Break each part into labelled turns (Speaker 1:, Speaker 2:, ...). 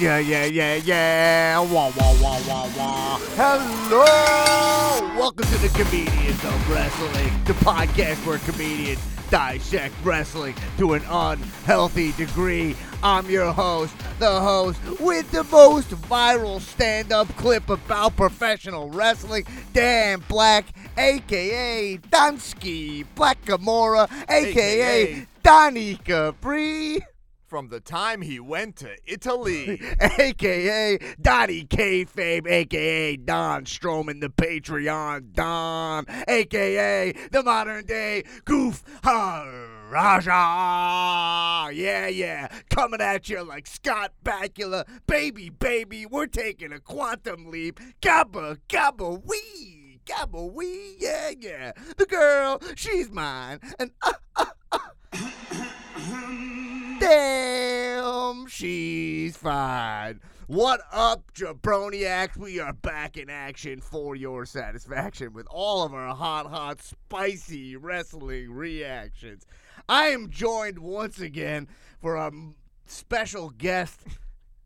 Speaker 1: Yeah, yeah, yeah, yeah. Wah, wah, wah, wah, wah. Hello! Welcome to the Comedians of Wrestling, the podcast where comedians dissect wrestling to an unhealthy degree. I'm your host, the host with the most viral stand up clip about professional wrestling, Dan Black, aka Donsky Black Gamora, aka
Speaker 2: AKA.
Speaker 1: Donnie Capri.
Speaker 2: From the time he went to Italy.
Speaker 1: aka Donnie Kayfabe, aka Don Strowman, the Patreon Don, aka the modern day Goof Haraja. Yeah, yeah, coming at you like Scott Bakula, baby, baby, we're taking a quantum leap, gabba, gabba, wee, gabba, wee, yeah, yeah. The girl, she's mine, and uh, uh, uh. Damn, she's fine. What up, jabroniacs? We are back in action for your satisfaction with all of our hot, hot, spicy wrestling reactions. I am joined once again for our m- special guest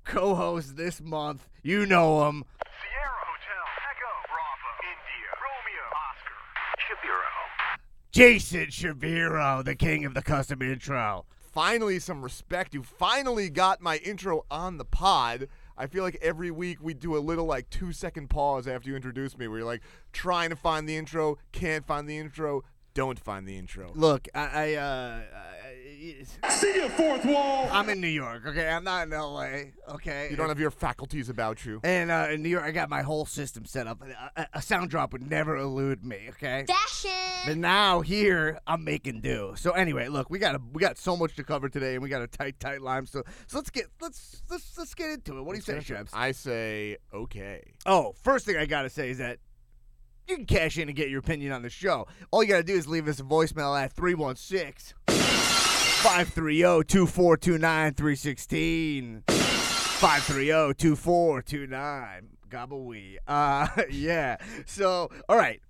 Speaker 1: co host this month. You know him.
Speaker 3: Sierra Hotel, Echo, Bravo, India, Romeo, Oscar, Shapiro.
Speaker 1: Jason Shaviro, the king of the custom intro.
Speaker 2: finally, some respect. You finally got my intro on the pod. I feel like every week we do a little like two second pause after you introduce me where you're like trying to find the intro, can't find the intro, don't find the intro.
Speaker 1: Look, I, I uh, I, see your fourth wall. I'm in New York, okay. I'm not in L.A., okay.
Speaker 2: You don't have your faculties about you.
Speaker 1: And uh, in New York, I got my whole system set up. A, a- a sound drop would never elude me, okay.
Speaker 4: Fashion.
Speaker 1: But now here, I'm making do. So anyway, look, we got a, we got so much to cover today, and we got a tight, tight line. So, so let's get let's let's let's get into it. What do you say, Shabs?
Speaker 2: I say, okay.
Speaker 1: Oh, first thing I gotta say is that you can cash in and get your opinion on the show. All you gotta do is leave us a voicemail at 316 530 2429 316. 530 2429. Gobblewee. Uh, yeah. So, all right.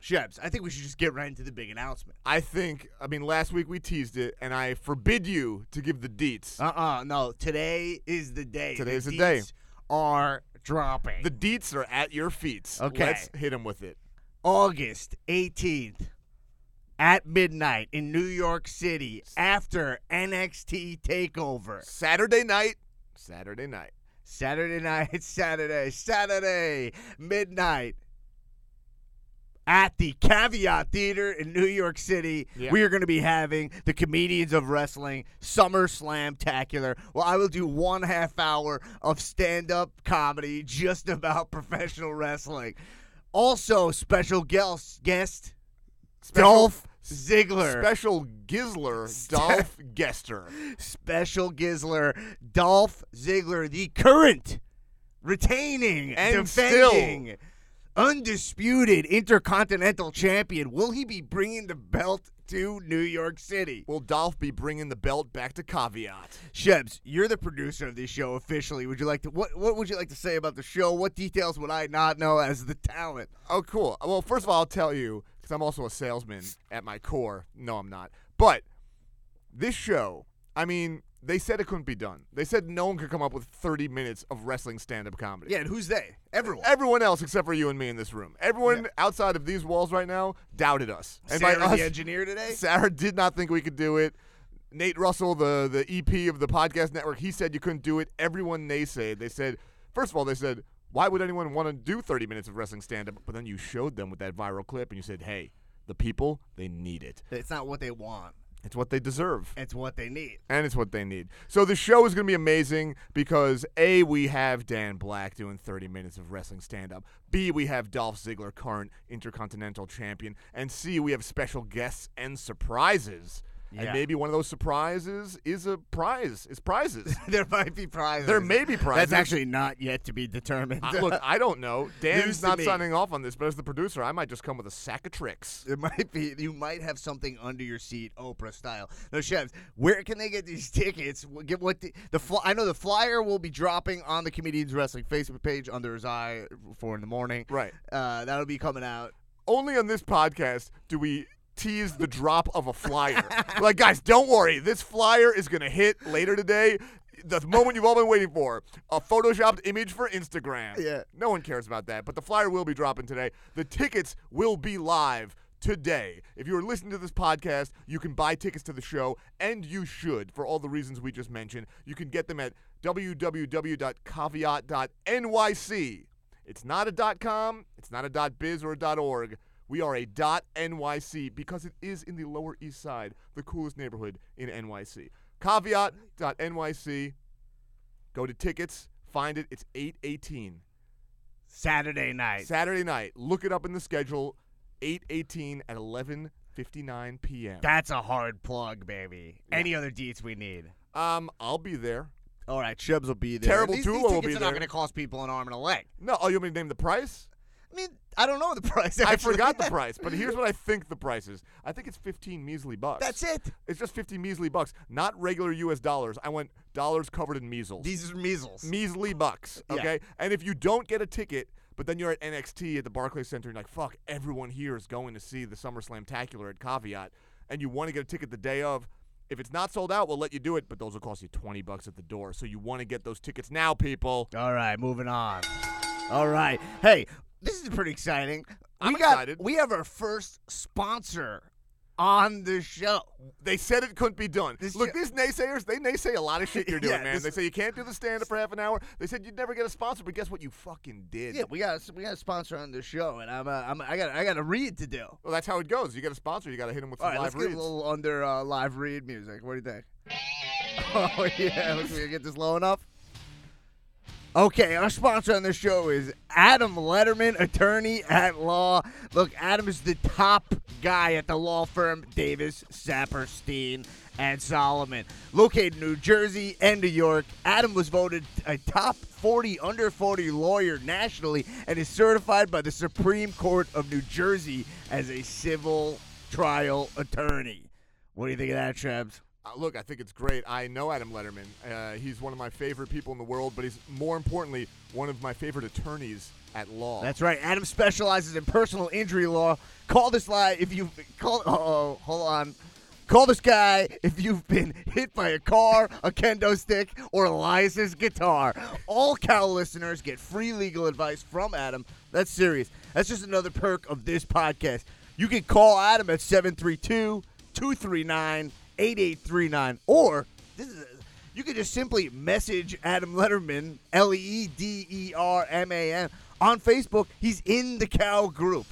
Speaker 1: Shebs, I think we should just get right into the big announcement.
Speaker 2: I think, I mean, last week we teased it, and I forbid you to give the deets.
Speaker 1: Uh uh No, today is the day.
Speaker 2: Uh-uh. Today's the
Speaker 1: the
Speaker 2: day.
Speaker 1: deets Are dropping.
Speaker 2: The deets are at your feet.
Speaker 1: Okay.
Speaker 2: Let's hit him with it.
Speaker 1: August 18th at midnight in New York City after NXT TakeOver.
Speaker 2: Saturday night. Saturday night.
Speaker 1: Saturday night, Saturday, Saturday, midnight at the Caveat Theater in New York City.
Speaker 2: Yeah.
Speaker 1: We are going to be having the Comedians of Wrestling Summer Slamtacular. Well, I will do one half hour of stand up comedy just about professional wrestling. Also, special guest, guest Dolph Ziggler.
Speaker 2: Special Gizzler Dolph Gester.
Speaker 1: special Gizzler, Dolph Ziggler, the current retaining
Speaker 2: And
Speaker 1: defending undisputed intercontinental champion. Will he be bringing the belt to New York City?
Speaker 2: Will Dolph be bringing the belt back to Caveat?
Speaker 1: Shebs, you're the producer of this show officially. Would you like to what what would you like to say about the show? What details would I not know as the talent?
Speaker 2: Oh, cool. Well, first of all, I'll tell you because I'm also a salesman at my core. No, I'm not. But this show, I mean, they said it couldn't be done. They said no one could come up with 30 minutes of wrestling stand-up comedy.
Speaker 1: Yeah, and who's they? Everyone.
Speaker 2: Everyone else except for you and me in this room. Everyone outside of these walls right now doubted us. And by
Speaker 1: Sarah,
Speaker 2: us,
Speaker 1: the engineer today?
Speaker 2: Sarah did not think we could do it. Nate Russell, the the EP of the podcast network, he said you couldn't do it. Everyone naysayed. They said, first of all, they said, why would anyone want to do 30 minutes of wrestling stand up? But then you showed them with that viral clip and you said, hey, the people, they need it.
Speaker 1: It's not what they want.
Speaker 2: It's what they deserve.
Speaker 1: It's what they need.
Speaker 2: And it's what they need. So the show is going to be amazing because A, we have Dan Black doing 30 minutes of wrestling stand up. B, we have Dolph Ziggler, current Intercontinental Champion. And C, we have special guests and surprises.
Speaker 1: Yeah.
Speaker 2: And maybe one of those surprises is a prize, is prizes.
Speaker 1: There might be prizes.
Speaker 2: There may be prizes.
Speaker 1: That's actually not yet to be determined.
Speaker 2: I, look, I don't know.
Speaker 1: News
Speaker 2: Dan's
Speaker 1: to
Speaker 2: not
Speaker 1: me.
Speaker 2: signing off on this, but as the producer, I might just come with a sack of tricks.
Speaker 1: It might be you might have something under your seat, Oprah style. No, chefs, where can they get these tickets? Wh- Get what the, the fly, I know the flyer will be dropping on the comedians wrestling Facebook page under his eye four in the morning.
Speaker 2: Right.
Speaker 1: Uh, that'll be coming out.
Speaker 2: only on this podcast do we tease the drop of a flyer. We're like, guys, don't worry. This flyer is going to hit later today. the moment you've all been waiting for a photoshopped image for Instagram.
Speaker 1: Yeah.
Speaker 2: No one cares about that, but the flyer will be dropping today. The tickets will be live today. If you're listening to this podcast, you can buy tickets to the show, and you should for all the reasons we just mentioned. You can get them at www.caveat.nyc. It's not a .com, it's not a .biz or a .org. We are a .nyc because it is in the Lower East Side, the coolest neighborhood in NYC. Caveat.nyc. Go to tickets, find it. It's 818.
Speaker 1: Saturday night.
Speaker 2: Saturday night. Look it up in the schedule. 818 at 11:59 p.m.
Speaker 1: That's a hard plug, baby. Any other deets we need?
Speaker 2: Um, I'll be there.
Speaker 1: All right, Chubbs will be there.
Speaker 2: Terrible
Speaker 1: these, these
Speaker 2: Tula will
Speaker 1: tickets
Speaker 2: be
Speaker 1: are not
Speaker 2: there.
Speaker 1: going to cost people an arm and a leg.
Speaker 2: No, oh, you want me to name the price?
Speaker 1: I mean, I don't know the price.
Speaker 2: I
Speaker 1: actually.
Speaker 2: forgot the price, but here's what I think the price is. I think it's 15 measly bucks.
Speaker 1: That's it.
Speaker 2: It's just 50 measly bucks, not regular U.S. dollars. I want dollars covered in measles.
Speaker 1: These are measles.
Speaker 2: measly bucks.
Speaker 1: Yeah.
Speaker 2: Okay, and if you don't get a ticket, but then you're at NXT at the Barclays Center, and you're like, fuck, everyone here is going to see the SummerSlam Tacular at Caveat, and you want to get a ticket the day of. If it's not sold out, we'll let you do it, but those will cost you twenty bucks at the door. So you want to get those tickets now, people.
Speaker 1: All right, moving on. All right. Hey, this is pretty exciting.
Speaker 2: I'm
Speaker 1: we got,
Speaker 2: excited.
Speaker 1: We have our first sponsor on the show.
Speaker 2: They said it couldn't be done.
Speaker 1: This
Speaker 2: Look,
Speaker 1: ju-
Speaker 2: these naysayers, they naysay a lot of shit you're doing,
Speaker 1: Yeah,
Speaker 2: man.
Speaker 1: this-
Speaker 2: they say you can't do the stand up for half an hour. They said you'd never get a sponsor, but guess what? You fucking did.
Speaker 1: Yeah, we got we got a sponsor on the show, and I'm, uh, I'm I got I got a read to do. All
Speaker 2: Well, that's how it goes. You get a sponsor, you got to hit them with some
Speaker 1: right, let's
Speaker 2: live reads.
Speaker 1: get a little under uh, live read music. What do you think? Oh yeah, let's see, get this low enough. Okay, our sponsor on the show is Adam Letterman, attorney at law. Look, Adam is the top guy at the law firm Davis, Saperstein, and Solomon. Located in New Jersey and New York, Adam was voted a top 40 under 40 lawyer nationally and is certified by the Supreme Court of New Jersey as a civil trial attorney. What do you think of that, Trebs?
Speaker 2: Uh, look, I think it's great. I know Adam Letterman. Uh, he's one of my favorite people in the world, but he's more importantly one of my favorite attorneys at law.
Speaker 1: That's right. Adam specializes in personal injury law. Call this line if you call. Oh, hold on. Call this guy if you've been hit by a car, a kendo stick, or Elias's guitar. All Cal listeners get free legal advice from Adam. That's serious. That's just another perk of this podcast. You can call Adam at 732 239 8839 or this is you can just simply message Adam Letterman, L E D E R M A N, on Facebook. He's in the Cow Group.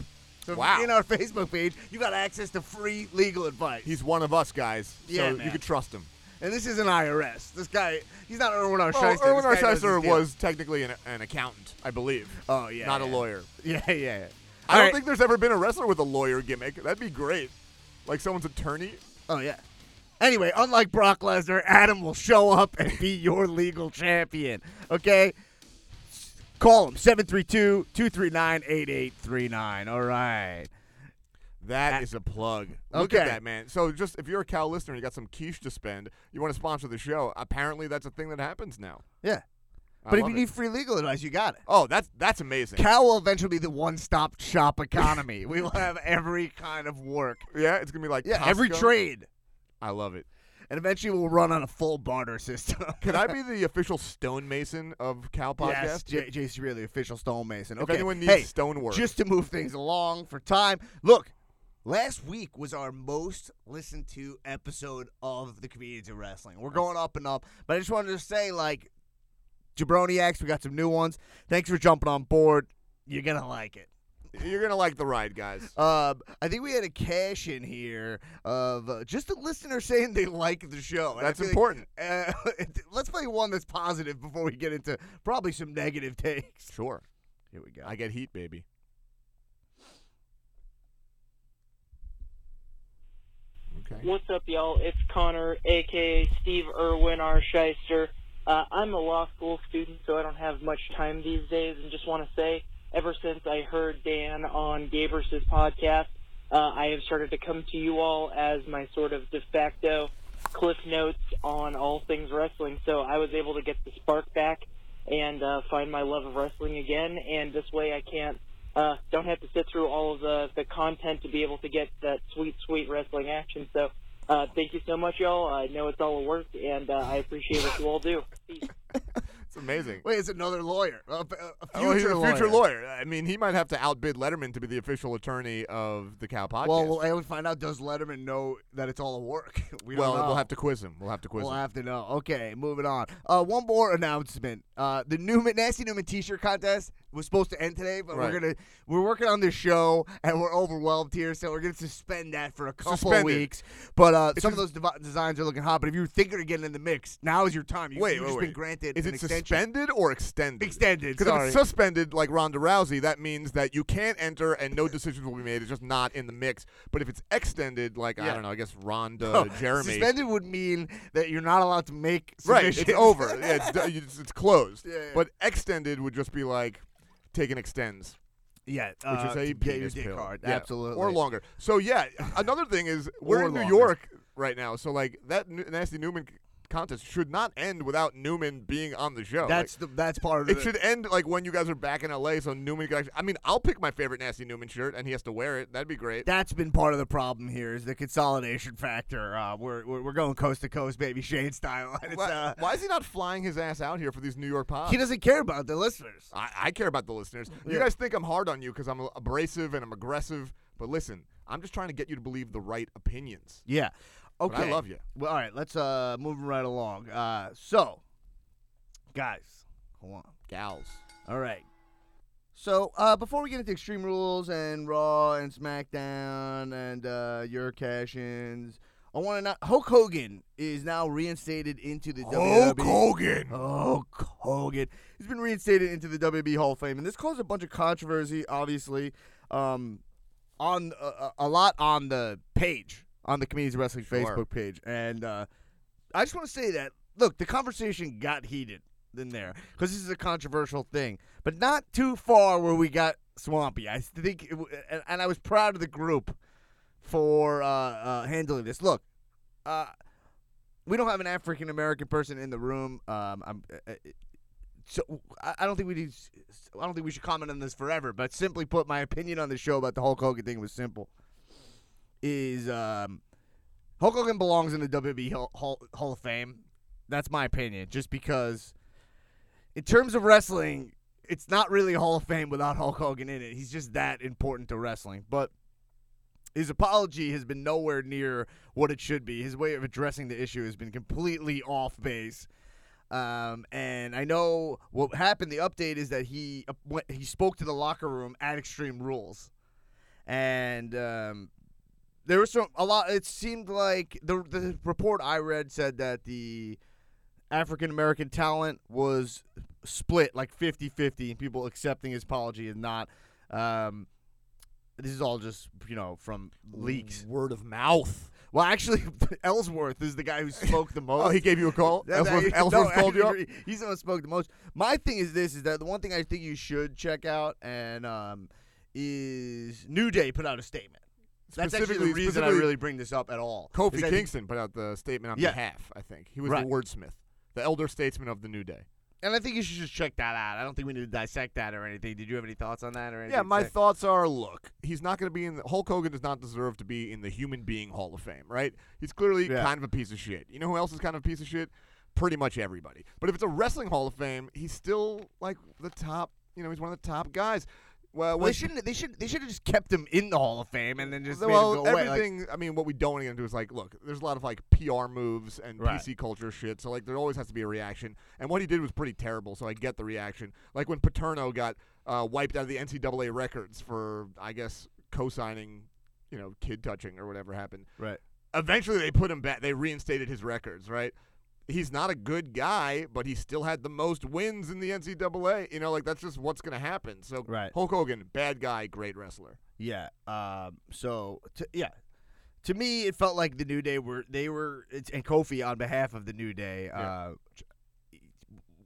Speaker 1: So if you're
Speaker 2: Wow.
Speaker 1: in our Facebook page, you got access to free legal advice.
Speaker 2: he's one of us guys, so
Speaker 1: Yeah, man.
Speaker 2: you could trust him.
Speaker 1: and this isn't IRS. This guy, he's not Erwin R.
Speaker 2: Well,
Speaker 1: Shyster.
Speaker 2: Erwin
Speaker 1: This guy knows
Speaker 2: Arsheister
Speaker 1: his deal.
Speaker 2: was technically an, an accountant, I believe.
Speaker 1: Oh, yeah,
Speaker 2: not a
Speaker 1: yeah.
Speaker 2: lawyer.
Speaker 1: Yeah, yeah, yeah.
Speaker 2: I
Speaker 1: All
Speaker 2: don't
Speaker 1: right.
Speaker 2: think there's ever been a wrestler with a lawyer gimmick. That'd be great. Like someone's attorney.
Speaker 1: Oh yeah. Anyway, unlike Brock Lesnar, Adam will show up and be your legal champion. Okay? Call him 732-239-8839. All right.
Speaker 2: That
Speaker 1: Uh,
Speaker 2: is a plug. Look at
Speaker 1: okay.
Speaker 2: that, man. So just if you're a Cal listener and you got some quiche to spend, you want to sponsor the show. Apparently, that's a thing that happens now.
Speaker 1: Yeah.
Speaker 2: I
Speaker 1: But if
Speaker 2: love
Speaker 1: you
Speaker 2: it.
Speaker 1: need free legal advice, you got it.
Speaker 2: oh, that's that's amazing.
Speaker 1: Cal will eventually be the one-stop shop economy. we will have every kind of work.
Speaker 2: Yeah, it's gonna be like
Speaker 1: Yeah, every
Speaker 2: Costco.
Speaker 1: trade.
Speaker 2: I love it.
Speaker 1: And eventually we'll run on a full barter system.
Speaker 2: Can I be the official stonemason of Cal
Speaker 1: Yes,
Speaker 2: Podcast?
Speaker 1: J- JC Reilly, official stonemason.
Speaker 2: If
Speaker 1: Okay.
Speaker 2: anyone needs
Speaker 1: hey,
Speaker 2: stonework,
Speaker 1: just to move things along for time. Look, last week was our most listened to episode of the Comedians of Wrestling. We're going up and up, but I just wanted to say, like, Jabroniacs, we got some new ones. Thanks for jumping on board. You're gonna like it.
Speaker 2: you're gonna like the ride, guys.
Speaker 1: Um, I think we had a cash in here of uh, just a listener saying they like the show. and I
Speaker 2: That's
Speaker 1: feel like,
Speaker 2: important.
Speaker 1: uh, let's play one that's positive before we get into probably some negative takes.
Speaker 2: Sure,
Speaker 1: Here we go.
Speaker 2: I get heat, baby. Okay.
Speaker 4: What's up, y'all? It's Connor, aka Steve Irwin R. Shyster. Uh, I'm a law school student, so I don't have much time these days, and just want to say, ever since I heard Dan on Gabrus' podcast, uh, I have started to come to you all as my sort of de facto cliff notes on all things wrestling. So I was able to get the spark back and uh, find my love of wrestling again, and this way I can't uh, don't have to sit through all of the, the content to be able to get that sweet, sweet wrestling action. So Uh, thank you so much, y'all. I know it's all a work, and uh, I appreciate what you all do. Peace.
Speaker 2: It's amazing.
Speaker 1: Wait, it's another lawyer. A, a- a
Speaker 2: Oh, he's
Speaker 1: future
Speaker 2: a future
Speaker 1: lawyer.
Speaker 2: lawyer. I mean, he might have to outbid Letterman to be the official attorney of the Cow Podcast.
Speaker 1: Well, we'll, would find out does Letterman know that it's all a work? We
Speaker 2: Well,
Speaker 1: don't know.
Speaker 2: we'll have to quiz him. We'll have to
Speaker 1: uh,
Speaker 2: quiz
Speaker 1: We'll uh,
Speaker 2: him.
Speaker 1: have to know. Okay, moving on. Uh, one more announcement. Uh, the Newman Nasty Newman T-shirt contest was supposed to end today, but
Speaker 2: Right.
Speaker 1: we're gonna we're working on this show and we're overwhelmed here, so we're gonna suspend that for a couple
Speaker 2: Suspend it.
Speaker 1: weeks. But uh, some of
Speaker 2: just-
Speaker 1: those devi- designs are looking hot. But if you're thinking of getting in the mix, now is your time. You,
Speaker 2: Wait,
Speaker 1: you've
Speaker 2: wait,
Speaker 1: just
Speaker 2: wait.
Speaker 1: been granted
Speaker 2: Is
Speaker 1: an
Speaker 2: it
Speaker 1: extension.
Speaker 2: suspended or extended?
Speaker 1: Extended.
Speaker 2: Because if
Speaker 1: Sorry.
Speaker 2: it's suspended, like Ronda Rousey, that means that you can't enter and no decisions will be made. It's just not in the mix. But if it's extended, like I
Speaker 1: Yeah.
Speaker 2: don't know, I guess Ronda,
Speaker 1: Oh,
Speaker 2: Jeremy,
Speaker 1: Suspended would mean that you're not allowed to make
Speaker 2: right?
Speaker 1: submissions.
Speaker 2: It's over. yeah, it's, d- it's it's closed.
Speaker 1: Yeah, yeah.
Speaker 2: But extended would just be like take and extends.
Speaker 1: Yeah,
Speaker 2: which
Speaker 1: uh,
Speaker 2: is a
Speaker 1: get your
Speaker 2: penis
Speaker 1: dick
Speaker 2: pill.
Speaker 1: hard.
Speaker 2: Yeah,
Speaker 1: Absolutely.
Speaker 2: or longer. So yeah, another thing is we're
Speaker 1: Or
Speaker 2: in New
Speaker 1: longer.
Speaker 2: York right now, so like that N- nasty Newman c- contest should not end without Newman being on the show.
Speaker 1: That's the that's part of
Speaker 2: Like,
Speaker 1: it.
Speaker 2: it should end like when you guys are back in LA, so Newman can actually. I mean, I'll pick my favorite nasty Newman shirt, and he has to wear it. That'd be great.
Speaker 1: that's been part of the problem here is the consolidation factor. Uh, we're, we're we're going coast to coast, baby Shane style. And it's,
Speaker 2: why,
Speaker 1: uh,
Speaker 2: why is he not flying his ass out here for these New York pods?
Speaker 1: he doesn't care about the listeners.
Speaker 2: I, I care about the listeners. You
Speaker 1: Yeah.
Speaker 2: guys think I'm hard on you because I'm abrasive and I'm aggressive, but listen, I'm just trying to get you to believe the right opinions.
Speaker 1: Yeah. Okay.
Speaker 2: I love you.
Speaker 1: Well, all right, let's uh move right along. Uh, so, guys, hold on.
Speaker 2: Gals,
Speaker 1: All right. So uh, before we get into Extreme Rules and Raw and SmackDown and uh, your cash-ins, I want to not. Hulk Hogan is now reinstated into the
Speaker 2: E.
Speaker 1: WWE.
Speaker 2: Hogan.
Speaker 1: Hulk Hogan. He's been reinstated into the WWE Hall of Fame, and this caused a bunch of controversy, obviously, um, on uh, uh, a lot on the page on the Comedians in Wrestling
Speaker 2: Sure.
Speaker 1: Facebook page. And uh, I just want to say that look, the conversation got heated in there because this is a controversial thing, but not too far where we got swampy. I think, it w- and, and I was proud of the group for uh, uh, handling this. Look. Uh, we don't have an African American person in the room. Um, I'm, uh, uh, so I I don't think we need. I don't think we should comment on this forever. But simply put, my opinion on the show about the Hulk Hogan thing was simple. Is um, Hulk Hogan belongs in the WWE Hall, Hall, Hall of Fame? That's my opinion. Just because, in terms of wrestling, it's not really a Hall of Fame without Hulk Hogan in it. He's just that important to wrestling. But his apology has been nowhere near what it should be. His way of addressing the issue has been completely off base. Um, and I know what happened. The update is that he uh, went, he spoke to the locker room at Extreme Rules, and um, there was some a lot. It seemed like the the report I read said that the African American talent was split like 50-50 in people accepting his apology and not. Um, this is all just you know from leaks.
Speaker 2: Word of mouth.
Speaker 1: Well, actually, Ellsworth is the guy who spoke the most.
Speaker 2: Oh, he gave you a call.
Speaker 1: That- that-
Speaker 2: Ellsworth,
Speaker 1: no,
Speaker 2: Ellsworth called you up.
Speaker 1: actually, He's the one who spoke the most. My thing is this: is that the one thing I think you should check out and um, is New Day put out a statement. That's actually the
Speaker 2: Specifically-
Speaker 1: reason I
Speaker 2: specifically-
Speaker 1: really bring this up at all. is
Speaker 2: Kofi
Speaker 1: I think-
Speaker 2: Kingston put out the statement on
Speaker 1: Yeah.
Speaker 2: behalf. I think he was
Speaker 1: Right.
Speaker 2: the wordsmith, the elder statesman of the new day.
Speaker 1: and I think you should just check that out. I don't think we need to dissect that or anything. Did you have any thoughts on that or anything?
Speaker 2: Yeah, my
Speaker 1: Zach?
Speaker 2: thoughts are: look, he's not going to be in. The, Hulk Hogan does not deserve to be in the human being Hall of Fame, right? He's clearly
Speaker 1: Yeah.
Speaker 2: kind of a piece of shit. You know who else is kind of a piece of shit? Pretty much everybody. But if it's a wrestling Hall of Fame, he's still like the top. You know, he's one of the top guys. Well,
Speaker 1: Well, they
Speaker 2: when-
Speaker 1: shouldn't. They should. They should have just kept him in the Hall of Fame and then just made him
Speaker 2: well,
Speaker 1: go away. Like,
Speaker 2: everything. I mean, what we don't want to do is like, look, there's a lot of like PR moves and
Speaker 1: Right.
Speaker 2: PC culture shit. So like, there always has to be a reaction. And what he did was pretty terrible. So I get the reaction. Like when Paterno got uh, wiped out of the NCAA records for, I guess, co-signing, you know, kid touching or whatever happened.
Speaker 1: right.
Speaker 2: Eventually, they put him back. They reinstated his records. Right. He's not a good guy, but he still had the most wins in the NCAA. You know, like that's just what's gonna happen. So
Speaker 1: Right.
Speaker 2: Hulk Hogan, bad guy, great wrestler.
Speaker 1: Yeah. Um. So to, yeah, to me, it felt like the New Day were they were it's, and Kofi on behalf of the New Day uh,
Speaker 2: Yeah.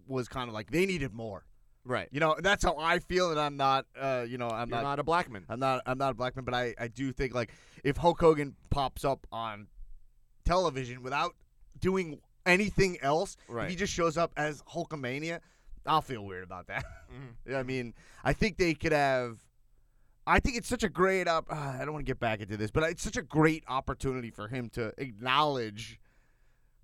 Speaker 1: was kind of like they needed more.
Speaker 2: Right.
Speaker 1: You know, that's how I feel, and I'm not. Uh, you know, I'm
Speaker 2: You're
Speaker 1: not.
Speaker 2: not a black man.
Speaker 1: I'm not. I'm not a black man, but I I do think like if Hulk Hogan pops up on television without doing anything else, if
Speaker 2: Right.
Speaker 1: he just shows up as Hulkamania. I'll feel weird about that.
Speaker 2: Mhm.
Speaker 1: I mean, I think they could have I think it's such a great op- ah, I don't want to get back into this, but it's such a great opportunity for him to acknowledge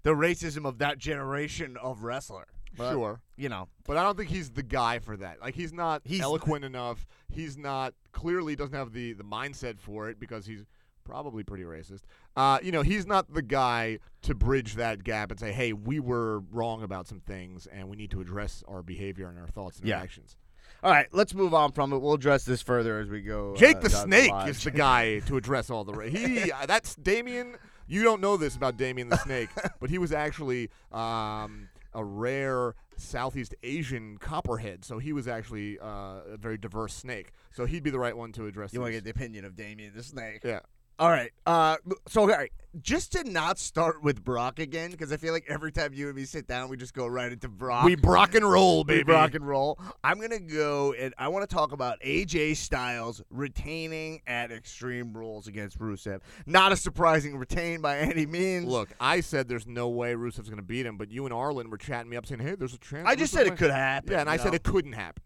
Speaker 1: the racism of that generation of wrestler. But,
Speaker 2: sure.
Speaker 1: You know,
Speaker 2: But I don't think he's the guy for that. Like he's not
Speaker 1: He's-
Speaker 2: eloquent enough. He's not clearly doesn't have the the mindset for it because he's probably pretty racist. Uh, you know, he's not the guy to bridge that gap and say, "Hey, we were wrong about some things, and we need to address our behavior and our thoughts and
Speaker 1: Yeah.
Speaker 2: our actions."
Speaker 1: all right, let's move on from it. We'll address this further as we go.
Speaker 2: Jake
Speaker 1: uh,
Speaker 2: the
Speaker 1: down
Speaker 2: Snake
Speaker 1: line.
Speaker 2: is the guy to address all the ra- he. uh, That's Damien. You don't know this about Damien the Snake, but he was actually um, a rare Southeast Asian copperhead. So he was actually uh, a very diverse snake. So he'd be the right one to address.
Speaker 1: You want to
Speaker 2: these.
Speaker 1: get the opinion of Damien the Snake?
Speaker 2: Yeah.
Speaker 1: All right. Uh, so all right, just to not start with Brock again, because I feel like every time you and me sit down, we just go right into Brock.
Speaker 2: we Brock and roll,
Speaker 1: We
Speaker 2: baby.
Speaker 1: rock and roll. I'm gonna go and I want to talk about AJ Styles retaining at Extreme Rules against Rusev. Not a surprising retain by any means.
Speaker 2: Look, I said there's no way Rusev's going to beat him, but you and Arlen were chatting me up saying, "Hey, there's a chance."
Speaker 1: I just
Speaker 2: Rusev
Speaker 1: said it
Speaker 2: might-"
Speaker 1: could happen.
Speaker 2: Yeah, and I
Speaker 1: you
Speaker 2: said
Speaker 1: know?
Speaker 2: it couldn't happen.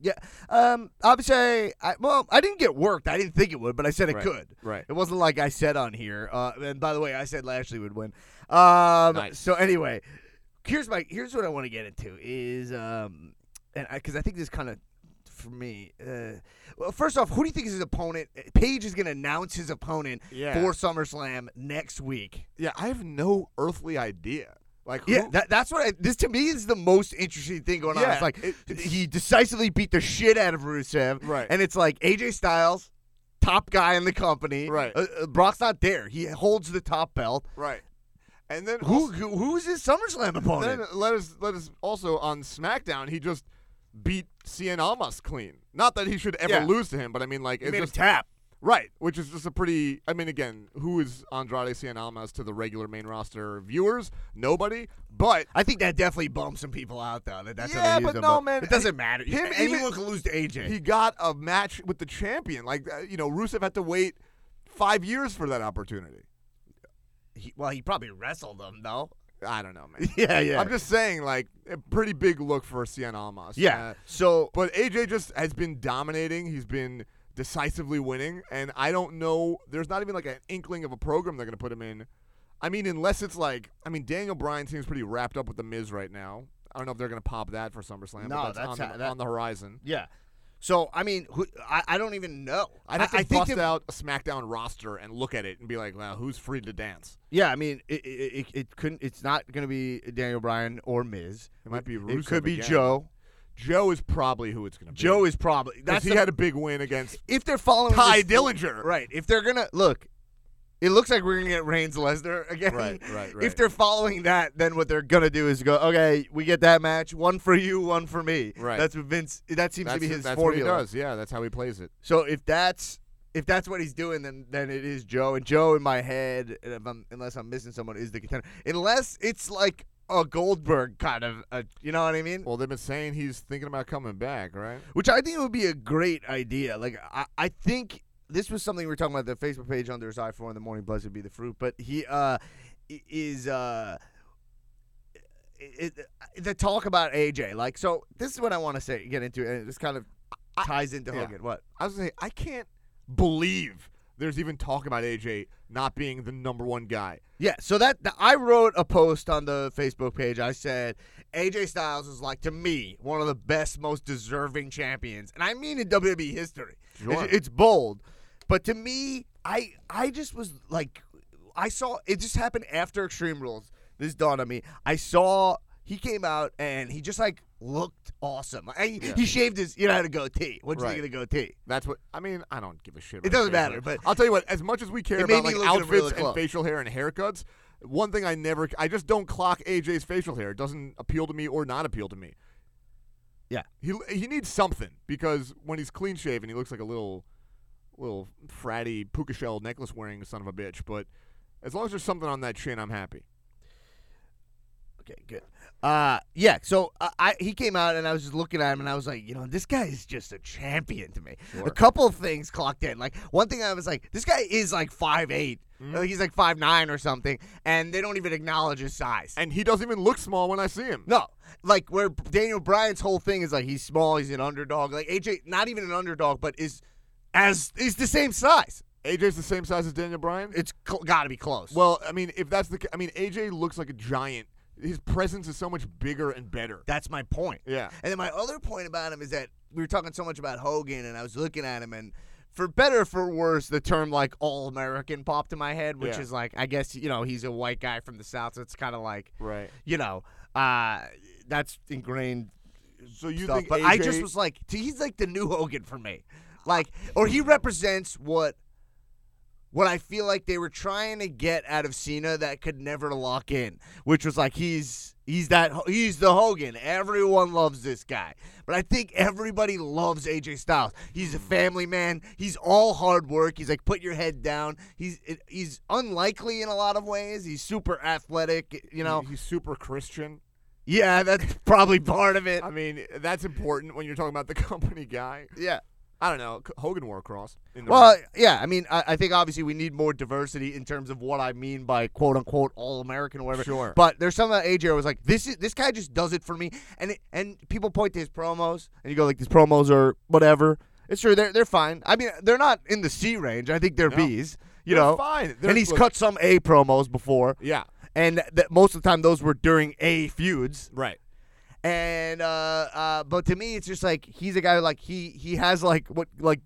Speaker 1: Yeah. Um. Obviously, I well, I didn't get worked. I didn't think it would, but I said it
Speaker 2: Right,
Speaker 1: could.
Speaker 2: right.
Speaker 1: It wasn't like I said on here. Uh. And by the way, I said Lashley would win. Um.
Speaker 2: Nice.
Speaker 1: So anyway, here's my here's what I want to get into is um, and because I, think this kind of for me. Uh, well, first off, who do you think is his opponent? Paige is going to announce his opponent
Speaker 2: Yeah.
Speaker 1: for SummerSlam next week.
Speaker 2: Yeah, I have no earthly idea. Like,
Speaker 1: Yeah,
Speaker 2: who,
Speaker 1: that, that's what I, this to me is the most interesting thing going on.
Speaker 2: Yeah,
Speaker 1: It's like
Speaker 2: it-
Speaker 1: he decisively beat the shit out of Rusev,
Speaker 2: Right.
Speaker 1: And it's like AJ Styles, top guy in the company,
Speaker 2: Right.
Speaker 1: Uh, uh, Brock's not there; he holds the top belt.
Speaker 2: right? And then
Speaker 1: Who, who who's his SummerSlam opponent?
Speaker 2: Then let us let us also on SmackDown he just beat Cien Almas clean. Not that he should ever
Speaker 1: Yeah.
Speaker 2: lose to him, but I mean like
Speaker 1: He
Speaker 2: it's
Speaker 1: made him
Speaker 2: just
Speaker 1: tap.
Speaker 2: right, which is just a pretty. I mean again, who is Andrade Cien Almas to the regular main roster viewers? Nobody. But
Speaker 1: I think that definitely bumps some people out though. That that's how they
Speaker 2: Yeah,
Speaker 1: use
Speaker 2: but
Speaker 1: them,
Speaker 2: no, man,
Speaker 1: It doesn't matter.
Speaker 2: him
Speaker 1: anyone
Speaker 2: even-
Speaker 1: can lose to AJ.
Speaker 2: he got a match with the champion. Like uh, you know, Rusev had to wait five years for that opportunity.
Speaker 1: He- well, he probably wrestled him though.
Speaker 2: I don't know, man.
Speaker 1: Yeah, yeah,
Speaker 2: I'm just saying, like a pretty big look for Cien Almas.
Speaker 1: yeah.
Speaker 2: Uh,
Speaker 1: so
Speaker 2: But AJ just has been dominating. He's been decisively winning, and I don't know. There's not even like an inkling of a program they're going to put him in. I mean, unless it's like, I mean, Daniel Bryan seems pretty wrapped up with the Miz right now. I don't know if they're going to pop that for SummerSlam.
Speaker 1: No,
Speaker 2: but that's,
Speaker 1: that's
Speaker 2: on,
Speaker 1: ha-
Speaker 2: the,
Speaker 1: that-
Speaker 2: on the horizon.
Speaker 1: yeah. So I mean, who, I, I don't even know.
Speaker 2: I'd have to
Speaker 1: I, I think
Speaker 2: bust
Speaker 1: that
Speaker 2: out a SmackDown roster and look at it and be like, "Wow, who's free to dance?"
Speaker 1: Yeah, I mean, it, it, it, it couldn't. It's not going to be Daniel Bryan or Miz.
Speaker 2: It might be
Speaker 1: It could
Speaker 2: Rusev
Speaker 1: be
Speaker 2: again.
Speaker 1: Joe.
Speaker 2: Joe is probably who it's going to be.
Speaker 1: Joe is probably
Speaker 2: because
Speaker 1: that's
Speaker 2: he
Speaker 1: the-
Speaker 2: had a big win against
Speaker 1: if they're following
Speaker 2: Ty
Speaker 1: this-
Speaker 2: Dillinger.
Speaker 1: right? If they're gonna look, it looks like we're gonna get Reigns Lesnar again.
Speaker 2: Right, right,
Speaker 1: If
Speaker 2: right.
Speaker 1: they're following that, then what they're gonna do is go, okay, we get that match, one for you, one for me.
Speaker 2: Right.
Speaker 1: That's what Vince. That seems
Speaker 2: That's,
Speaker 1: to be his
Speaker 2: that's what he
Speaker 1: formula.
Speaker 2: does. Yeah, that's how he plays it.
Speaker 1: So if that's if that's what he's doing, then then it is Joe. And Joe, in my head, and if I'm, unless I'm missing someone, is the contender. Unless it's like a Goldberg kind of, a, you know what I mean?
Speaker 2: Well, they've been saying he's thinking about coming back, right?
Speaker 1: Which I think would be a great idea. Like I, I think this was something we were talking about the Facebook page under his eye for in the morning. Blessed be the fruit. But he uh i- is uh. It, it- the talk about AJ, like, so this is what I want to say, get into, and this kind of ties into
Speaker 2: yeah.
Speaker 1: Hogan. What?
Speaker 2: I was gonna say I can't believe there's even talk about AJ not being the number one guy.
Speaker 1: Yeah, so that th- I wrote a post on the Facebook page. I said AJ Styles is like to me one of the best, most deserving champions, and I mean in WWE history. It's-
Speaker 2: Sure.
Speaker 1: It's, bold, but to me, I I just was like, I saw it just happened after Extreme Rules. This dawned on me. I saw he came out and he just like looked awesome. I, He shaved his, you know, had a goatee. What do you think of
Speaker 2: Right.
Speaker 1: the goatee?
Speaker 2: That's what I mean. I don't give a shit. About
Speaker 1: It doesn't
Speaker 2: facial
Speaker 1: matter,
Speaker 2: hair.
Speaker 1: but-
Speaker 2: I'll tell you what. As much as we care
Speaker 1: It made
Speaker 2: about
Speaker 1: me
Speaker 2: like
Speaker 1: look at him really
Speaker 2: outfits and
Speaker 1: close.
Speaker 2: facial hair and haircuts, one thing I never, I just don't clock AJ's facial hair. It doesn't appeal to me or not appeal to me.
Speaker 1: Yeah.
Speaker 2: He he needs something because when he's clean shaven, he looks like a little, little fratty puka shell necklace wearing son of a bitch. But as long as there's something on that chin, I'm happy.
Speaker 1: Okay, good. Uh, yeah. So uh, I he came out and I was just looking at him and I was like, you know, this guy is just a champion to me.
Speaker 2: Sure.
Speaker 1: A couple of things clocked in. Like one thing I was like, this guy is like five
Speaker 2: Mm-hmm.
Speaker 1: he's like five nine or something, and they don't even acknowledge his size.
Speaker 2: And he doesn't even look small when I see him.
Speaker 1: no, like where Daniel Bryan's whole thing is like he's small, he's an underdog. Like AJ, not even an underdog, but is As he's the same size.
Speaker 2: AJ's the same size as Daniel Bryan.
Speaker 1: It's cl- got to be close.
Speaker 2: well, I mean, if that's the, ca- I mean, AJ looks like a giant. His presence is so much bigger and better.
Speaker 1: that's my point.
Speaker 2: Yeah.
Speaker 1: And then my other point about him is that we were talking so much about Hogan, and I was looking at him, and for better or for worse, the term like all American popped in my head, which
Speaker 2: Yeah.
Speaker 1: is like, I guess, you know, he's a white guy from the South, so it's kind of like,
Speaker 2: Right.
Speaker 1: you know, uh, that's ingrained
Speaker 2: So you
Speaker 1: stuff.
Speaker 2: think?
Speaker 1: But
Speaker 2: AJ,
Speaker 1: I just was like, t- he's like the new Hogan for me, like, or he represents what. What I feel like they were trying to get out of Cena that could never lock in, which was like he's he's that he's the Hogan. Everyone loves this guy, but I think everybody loves AJ Styles. He's a family man. He's all hard work. He's like put your head down. He's he's unlikely in a lot of ways. He's super athletic. You know,
Speaker 2: he- he's super Christian.
Speaker 1: yeah, that's probably part of it.
Speaker 2: I mean, that's important when you're talking about the company guy.
Speaker 1: Yeah.
Speaker 2: I don't know. C- Hogan wore a cross. In the
Speaker 1: Well,
Speaker 2: ring.
Speaker 1: yeah, I mean, I, I think obviously we need more diversity in terms of what I mean by "quote unquote" all American or whatever.
Speaker 2: Sure.
Speaker 1: But there's something that AJ was like, this is this guy just does it for me, and it, and people point to his promos, and you go like, these promos are whatever. It's true, they're they're fine. I mean, they're not in the C range. I think they're
Speaker 2: No.
Speaker 1: B's. You
Speaker 2: They're
Speaker 1: know,
Speaker 2: fine. They're-
Speaker 1: and he's
Speaker 2: look-
Speaker 1: cut some A promos before,
Speaker 2: Yeah.
Speaker 1: and that most of the time those were during A feuds.
Speaker 2: Right.
Speaker 1: And uh, uh, but to me, it's just like he's a guy like he he has like what like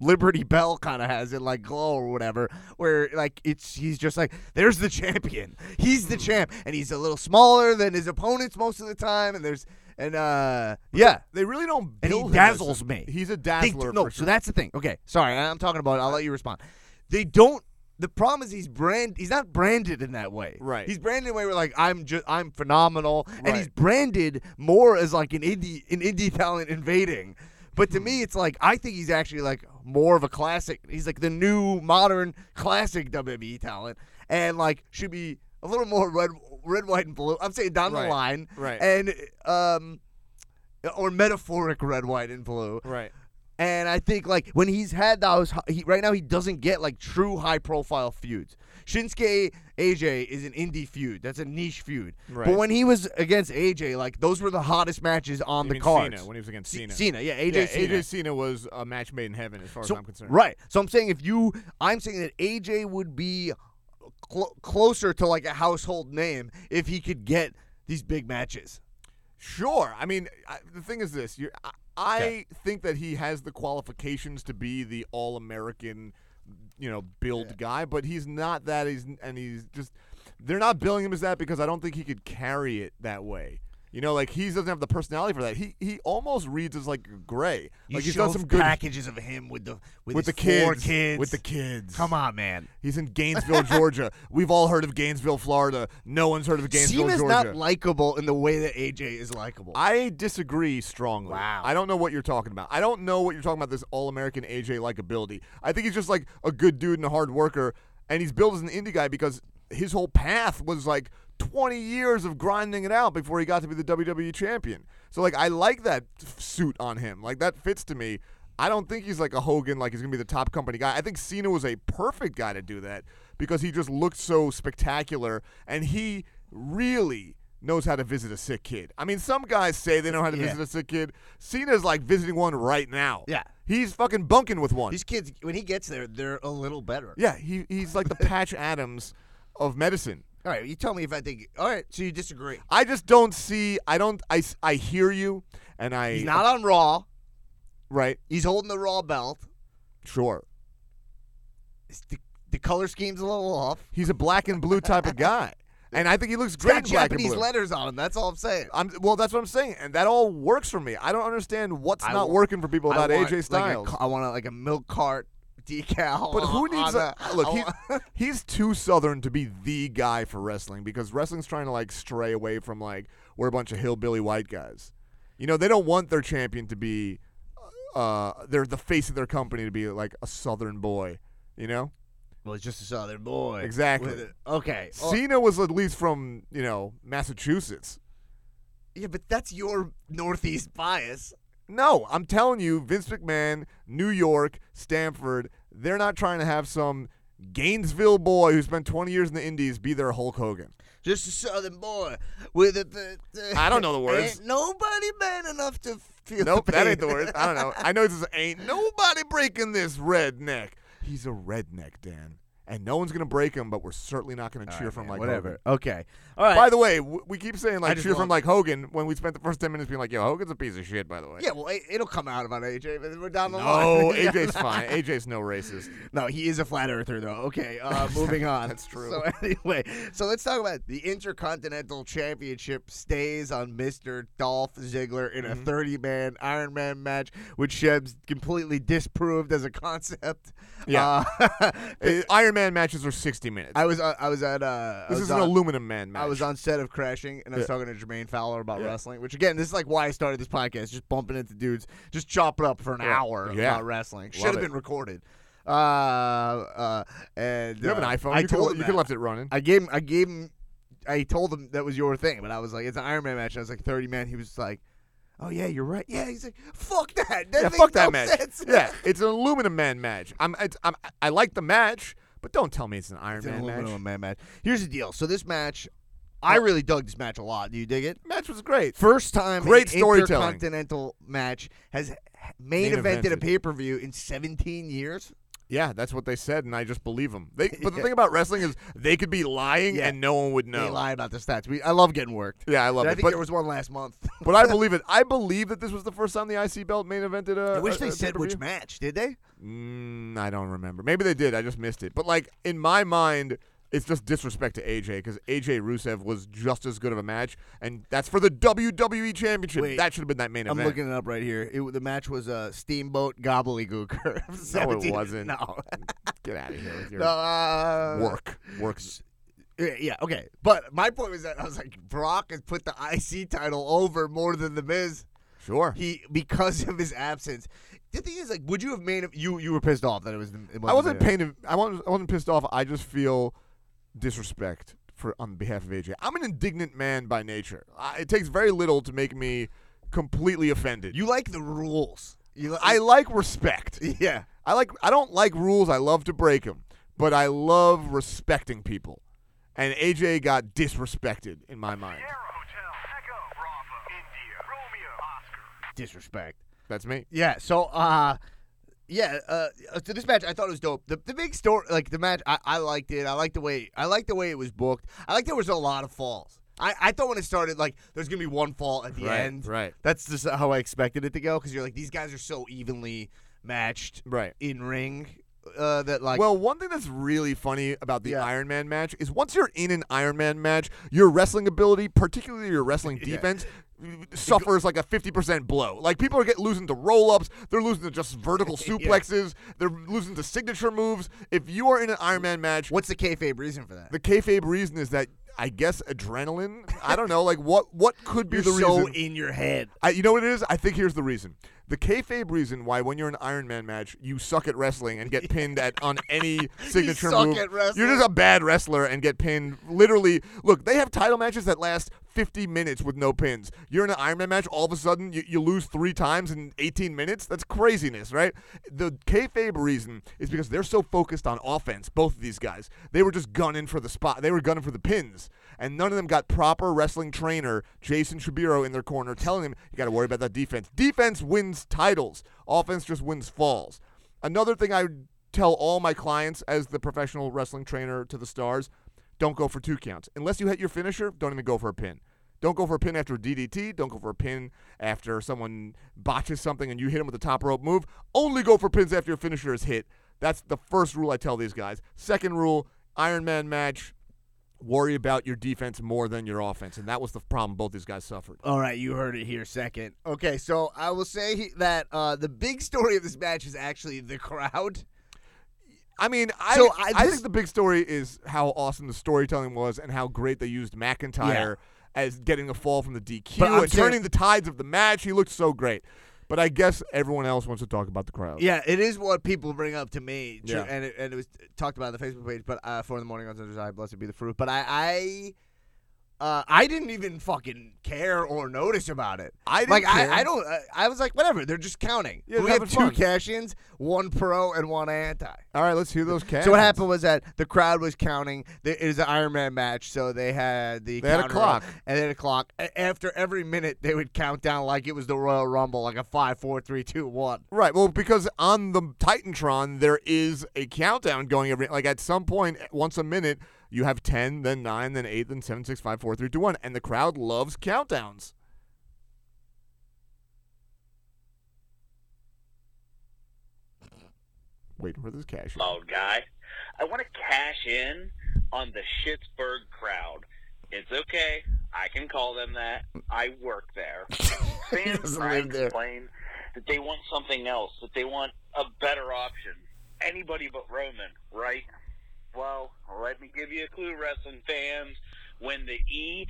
Speaker 1: Liberty Bell kind of has it like glow or whatever, where like it's he's just like there's the champion, he's the champ, and he's a little smaller than his opponents most of the time, and there's and uh yeah.
Speaker 2: They really don't.
Speaker 1: And he
Speaker 2: build him as-
Speaker 1: dazzles me.
Speaker 2: He's a
Speaker 1: They-
Speaker 2: dazzler.
Speaker 1: no,
Speaker 2: for
Speaker 1: so
Speaker 2: sure. Uh,
Speaker 1: that's the thing. Okay, sorry, I- I'm talking about. it. I'll let you respond. They don't. The problem is he's brand. He's not branded in that way.
Speaker 2: Right.
Speaker 1: He's branded in a way where like I'm just I'm phenomenal, and
Speaker 2: Right.
Speaker 1: he's branded more as like an indie an indie talent invading. But to me, it's like I think he's actually like more of a classic. He's like the new modern classic WWE talent, and like should be a little more red, red, white, and blue. I'm saying down the
Speaker 2: Right.
Speaker 1: line,
Speaker 2: Right.
Speaker 1: And um, or metaphoric red, white, and blue.
Speaker 2: right.
Speaker 1: And I think like when he's had those, hi- he, right now he doesn't get like true high profile feuds. Shinsuke AJ is an indie feud. That's a niche feud.
Speaker 2: Right.
Speaker 1: But when he was against AJ, like those were the hottest matches on
Speaker 2: You
Speaker 1: the
Speaker 2: mean
Speaker 1: cards.
Speaker 2: Cena, when he was against
Speaker 1: C-
Speaker 2: Cena.
Speaker 1: yeah, AJ
Speaker 2: yeah,
Speaker 1: Cena.
Speaker 2: AJ Cena was a match made in heaven, as far
Speaker 1: So-
Speaker 2: as I'm concerned.
Speaker 1: Right. So I'm saying if you, I'm saying that AJ would be cl- closer to like a household name if he could get these big matches.
Speaker 2: Sure. I mean, I, the thing is this: you're, I, I
Speaker 1: Okay.
Speaker 2: think that he has the qualifications to be the all-American, you know, build guy, but he's not that. He's and he's just they're not billing him as that because I don't think he could carry it that way. You know, like he doesn't have the personality for that. He he almost reads as like gray.
Speaker 1: You
Speaker 2: like he's
Speaker 1: shove
Speaker 2: done some good
Speaker 1: packages of him with the with,
Speaker 2: with the
Speaker 1: his
Speaker 2: kids,
Speaker 1: four kids.
Speaker 2: With the kids.
Speaker 1: Come on, man.
Speaker 2: He's in Gainesville, Georgia. We've all heard of Gainesville, Florida. No one's heard of Gainesville,
Speaker 1: Cena's
Speaker 2: Georgia.
Speaker 1: not likable in the way that AJ is likable.
Speaker 2: I disagree strongly.
Speaker 1: Wow.
Speaker 2: I don't know what you're talking about. I don't know what you're talking about. This all-American AJ likability. I think he's just like a good dude and a hard worker, and he's billed as an indie guy because his whole path was like 20 years of grinding it out before he got to be the WWE champion. So like, I like that f- suit on him. Like that fits to me. I don't think he's like a Hogan, like he's gonna be the top company guy. I think Cena was a perfect guy to do that because he just looked so spectacular, and he really knows how to visit a sick kid. I mean, some guys say they know how to
Speaker 1: Yeah.
Speaker 2: visit a sick kid. Cena's like visiting one right now.
Speaker 1: Yeah.
Speaker 2: he's fucking bunking with one.
Speaker 1: These kids, when he gets there, they're a little better.
Speaker 2: yeah, he, he's like the Patch Adams of medicine.
Speaker 1: All right, you tell me if I think. All right, so you disagree.
Speaker 2: I just don't see. I don't. I, s- I hear you, and I
Speaker 1: He's not on Raw.
Speaker 2: right.
Speaker 1: He's holding the Raw belt.
Speaker 2: Sure,
Speaker 1: It's The, the color scheme's a little off.
Speaker 2: he's a black and blue type of guy, and I think he looks
Speaker 1: It's
Speaker 2: great.
Speaker 1: got
Speaker 2: in black and
Speaker 1: Japanese
Speaker 2: blue.
Speaker 1: letters on him. That's all I'm saying.
Speaker 2: I'm well. That's what I'm saying, and that all works for me. I don't understand what's
Speaker 1: I
Speaker 2: not
Speaker 1: want-
Speaker 2: working for people about
Speaker 1: I want,
Speaker 2: AJ Styles.
Speaker 1: Like a, I want a, like a milk cart decal.
Speaker 2: but who
Speaker 1: Uh, on-
Speaker 2: needs
Speaker 1: on
Speaker 2: a Ah, look?
Speaker 1: I
Speaker 2: He,
Speaker 1: want-
Speaker 2: he's too southern to be the guy for wrestling because wrestling's trying to like stray away from like we're a bunch of hillbilly white guys. You know, they don't want their champion to be, uh, they're the face of their company to be like a southern boy. You know,
Speaker 1: well, it's just a southern boy.
Speaker 2: Exactly.
Speaker 1: With it. Okay. well,
Speaker 2: Cena was at least from you know Massachusetts.
Speaker 1: yeah, but that's your northeast bias.
Speaker 2: No, I'm telling you, Vince McMahon, New York, Stanford, they're not trying to have some Gainesville boy who spent 20 years in the Indies be their Hulk Hogan.
Speaker 1: Just a southern boy with a. the- the-
Speaker 2: I don't know the words.
Speaker 1: Ain't nobody man enough to feel.
Speaker 2: Nope,
Speaker 1: the
Speaker 2: that
Speaker 1: pain.
Speaker 2: ain't the word. I don't know. I know this is ain't nobody breaking this redneck. He's a redneck, Dan, and no one's gonna break him, but we're certainly not gonna
Speaker 1: All
Speaker 2: cheer
Speaker 1: right,
Speaker 2: for him
Speaker 1: man,
Speaker 2: like
Speaker 1: whatever.
Speaker 2: Hogan.
Speaker 1: Okay. All right.
Speaker 2: By the way, w- we keep saying
Speaker 1: I
Speaker 2: like
Speaker 1: just
Speaker 2: cheer for him
Speaker 1: want-
Speaker 2: like Hogan when we spent the first 10 minutes being like, "Yo, Hogan's a piece of shit." By the way.
Speaker 1: yeah, well, it, it'll come out about AJ, but we're down the line.
Speaker 2: No, AJ's fine. AJ's no racist.
Speaker 1: No, he is a flat earther, though. Okay, uh, moving on.
Speaker 2: That's true.
Speaker 1: So anyway, so let's talk about the Intercontinental Championship stays on Mr. Dolph Ziggler in
Speaker 2: Mm-hmm.
Speaker 1: a 30-man Iron Man match, which Sheb's completely disproved as a concept.
Speaker 2: Yeah.
Speaker 1: Uh,
Speaker 2: Uh, Iron Man matches are 60 minutes.
Speaker 1: I was uh, I was at uh, I
Speaker 2: this
Speaker 1: was
Speaker 2: is
Speaker 1: on,
Speaker 2: an aluminum man match.
Speaker 1: I was on set of Crashing, and I was
Speaker 2: Yeah.
Speaker 1: talking to Jermaine Fowler about
Speaker 2: Yeah.
Speaker 1: wrestling. Which again, this is like why I started this podcast, just bumping into dudes, just chopping up for an
Speaker 2: Yeah.
Speaker 1: hour
Speaker 2: Yeah.
Speaker 1: about wrestling. Should have
Speaker 2: it.
Speaker 1: been recorded. Uh, uh, and
Speaker 2: You have an
Speaker 1: uh,
Speaker 2: iPhone.
Speaker 1: I
Speaker 2: you
Speaker 1: told
Speaker 2: could,
Speaker 1: him
Speaker 2: you could
Speaker 1: that.
Speaker 2: left it running.
Speaker 1: I gave him. I gave him. I told him that was your thing, but I was like, it's an Iron Man match. And I was like, thirty man. He was like, oh yeah, you're right. Yeah, he's like, fuck that. that
Speaker 2: yeah,
Speaker 1: makes
Speaker 2: fuck that
Speaker 1: no
Speaker 2: match.
Speaker 1: sense."
Speaker 2: Yeah, it's an aluminum man match. I'm, it's, I'm, I like the match, but don't tell me it's an Iron
Speaker 1: It's an
Speaker 2: Man match.
Speaker 1: aluminum man match. Here's the deal. So this match, I really dug this match a lot. Do you dig it?
Speaker 2: Match was great.
Speaker 1: First time
Speaker 2: Great
Speaker 1: an
Speaker 2: storytelling.
Speaker 1: intercontinental match has h- main,
Speaker 2: Main
Speaker 1: evented a
Speaker 2: evented.
Speaker 1: pay per view in 17 years.
Speaker 2: Yeah, that's what they said, and I just believe them. They, but the
Speaker 1: Yeah.
Speaker 2: thing about wrestling is they could be lying
Speaker 1: Yeah.
Speaker 2: and no one would know.
Speaker 1: They lie about the stats. We, I love getting worked.
Speaker 2: Yeah, I love
Speaker 1: And I
Speaker 2: it.
Speaker 1: think
Speaker 2: But,
Speaker 1: there was one last month.
Speaker 2: but I believe it. I believe that this was the first time the IC belt main evented a.
Speaker 1: I wish
Speaker 2: a-
Speaker 1: they
Speaker 2: a
Speaker 1: said which
Speaker 2: uh, pay-per-view.
Speaker 1: match. Did they?
Speaker 2: Mm, I don't remember. Maybe they did. I just missed it. But like in my mind, it's just disrespect to AJ because AJ Rusev was just as good of a match, and that's for the WWE Championship.
Speaker 1: Wait.
Speaker 2: that should have been that main
Speaker 1: I'm
Speaker 2: event.
Speaker 1: looking it up right here. It, the match was uh, Steamboat Gobbledygooker.
Speaker 2: no,
Speaker 1: 17
Speaker 2: it wasn't.
Speaker 1: No.
Speaker 2: Get out of here with your
Speaker 1: No, uh,
Speaker 2: work. Works.
Speaker 1: Yeah, yeah, okay. But my point was that I was like, Brock has put the IC title over more than the Miz.
Speaker 2: Sure.
Speaker 1: He because of his absence. The thing is, like, would you have made him? You you were pissed off that it was. the- It
Speaker 2: I wasn't
Speaker 1: the-
Speaker 2: painted. I wasn't. I wasn't pissed off. I just feel disrespect for on behalf of AJ. I'm an indignant man by nature. I, it takes very little to make me completely offended.
Speaker 1: You like the rules. You li-
Speaker 2: I like respect.
Speaker 1: yeah.
Speaker 2: I like I don't like rules. I love to break them, but I love respecting people. And AJ got disrespected in my mind.
Speaker 3: Sierra Hotel, Echo, Bravo, India, Romeo, Oscar.
Speaker 1: Disrespect.
Speaker 2: That's me.
Speaker 1: Yeah. So, uh, yeah. Uh, so this match, I thought it was dope. The, the big story, like the match, I, I liked it. I liked the way I liked the way it was booked. I liked there was a lot of falls. I, I thought when it started, like there's gonna be one fall at the
Speaker 2: Right,
Speaker 1: end.
Speaker 2: right.
Speaker 1: That's just how I expected it to go because you're like these guys are so evenly matched
Speaker 2: Right.
Speaker 1: in ring uh, that like
Speaker 2: Well, one thing that's really funny about the
Speaker 1: Yeah.
Speaker 2: Iron Man match is once you're in an Iron Man match, your wrestling ability, particularly your wrestling
Speaker 1: Yeah.
Speaker 2: defense, suffers like a 50% blow. Like people are getting losing to roll-ups, they're losing to just vertical suplexes, they're losing to signature moves. If you are in an Iron Man match,
Speaker 1: what's the kayfabe reason for that?
Speaker 2: The kayfabe reason is that I guess adrenaline. I don't know. Like what? What could be
Speaker 1: you're
Speaker 2: the
Speaker 1: so
Speaker 2: reason?
Speaker 1: in your head.
Speaker 2: I, you know what it is? I think here's the reason. The kayfabe reason why when you're in an Iron Man match you suck at wrestling and get pinned at on any signature
Speaker 1: suck
Speaker 2: move.
Speaker 1: at wrestling.
Speaker 2: You're just a bad wrestler and get pinned. Literally, look, they have title matches that last 50 minutes with no pins. You're in an Iron Man match, all of a sudden you, you lose three times in 18 minutes. That's craziness, right? The kayfabe reason is because they're so focused on offense. Both of these guys, they were just gunning for the spot. They were gunning for the pins, and none of them got proper wrestling trainer Jason Shapiro in their corner telling them you got to worry about that defense. Defense wins titles. Offense just wins falls. Another thing I would tell all my clients as the professional wrestling trainer to the stars, don't go for two counts. Unless you hit your finisher, don't even go for a pin. Don't go for a pin after a DDT. Don't go for a pin after someone botches something and you hit them with a top rope move. Only go for pins after your finisher is hit. That's the first rule I tell these guys. Second rule, Iron Man match, worry about your defense more than your offense. And that was the problem both these guys suffered.
Speaker 1: All right, you heard it here second. Okay, so I will say he- that uh, the big story of this match is actually the crowd.
Speaker 2: I mean, I,
Speaker 1: So, I-
Speaker 2: I,
Speaker 1: this-
Speaker 2: think the big story is how awesome the storytelling was and how great they used McIntyre as getting a fall from the DQ
Speaker 1: But I'm
Speaker 2: and
Speaker 1: saying-
Speaker 2: turning the tides of the match. He looked so great. But I guess everyone else wants to talk about the crowd.
Speaker 1: Yeah, it is what people bring up to me, true,
Speaker 2: Yeah.
Speaker 1: and it, and it was talked about on the Facebook page. But uh, four in the morning on Sunder's Eye, blessed be the fruit. But I, I Uh, I didn't even fucking care or notice about it.
Speaker 2: I didn't
Speaker 1: like.
Speaker 2: care.
Speaker 1: I, I don't. I, I was like, whatever. They're just counting.
Speaker 2: Yeah,
Speaker 1: we
Speaker 2: they're
Speaker 1: had two
Speaker 2: having fun.
Speaker 1: cash-ins, one pro and one anti.
Speaker 2: All right, let's hear those cash.
Speaker 1: So what happened was that the crowd was counting. The, it was an Iron Man match, so they had the
Speaker 2: They had a
Speaker 1: counter
Speaker 2: clock.
Speaker 1: up, and they had a clock. A- after every minute, they would count down like it was the Royal Rumble, like a five, four, three, two, one.
Speaker 2: Right. Well, because on the Titantron there is a countdown going every like at some point once a minute you have ten, then nine, then eight, then seven, six, five, four, three, two, one, and the crowd loves countdowns. Waiting for this cash. in.
Speaker 5: loud guy. I want to cash in on the Schittsburg crowd. It's okay. I can call them that. I work there. Fans
Speaker 1: doesn't
Speaker 5: try
Speaker 1: live
Speaker 5: and
Speaker 1: there.
Speaker 5: complain that they want something else, that they want a better option. Anybody but Roman, right? Well, let me give you a clue, wrestling fans. When the E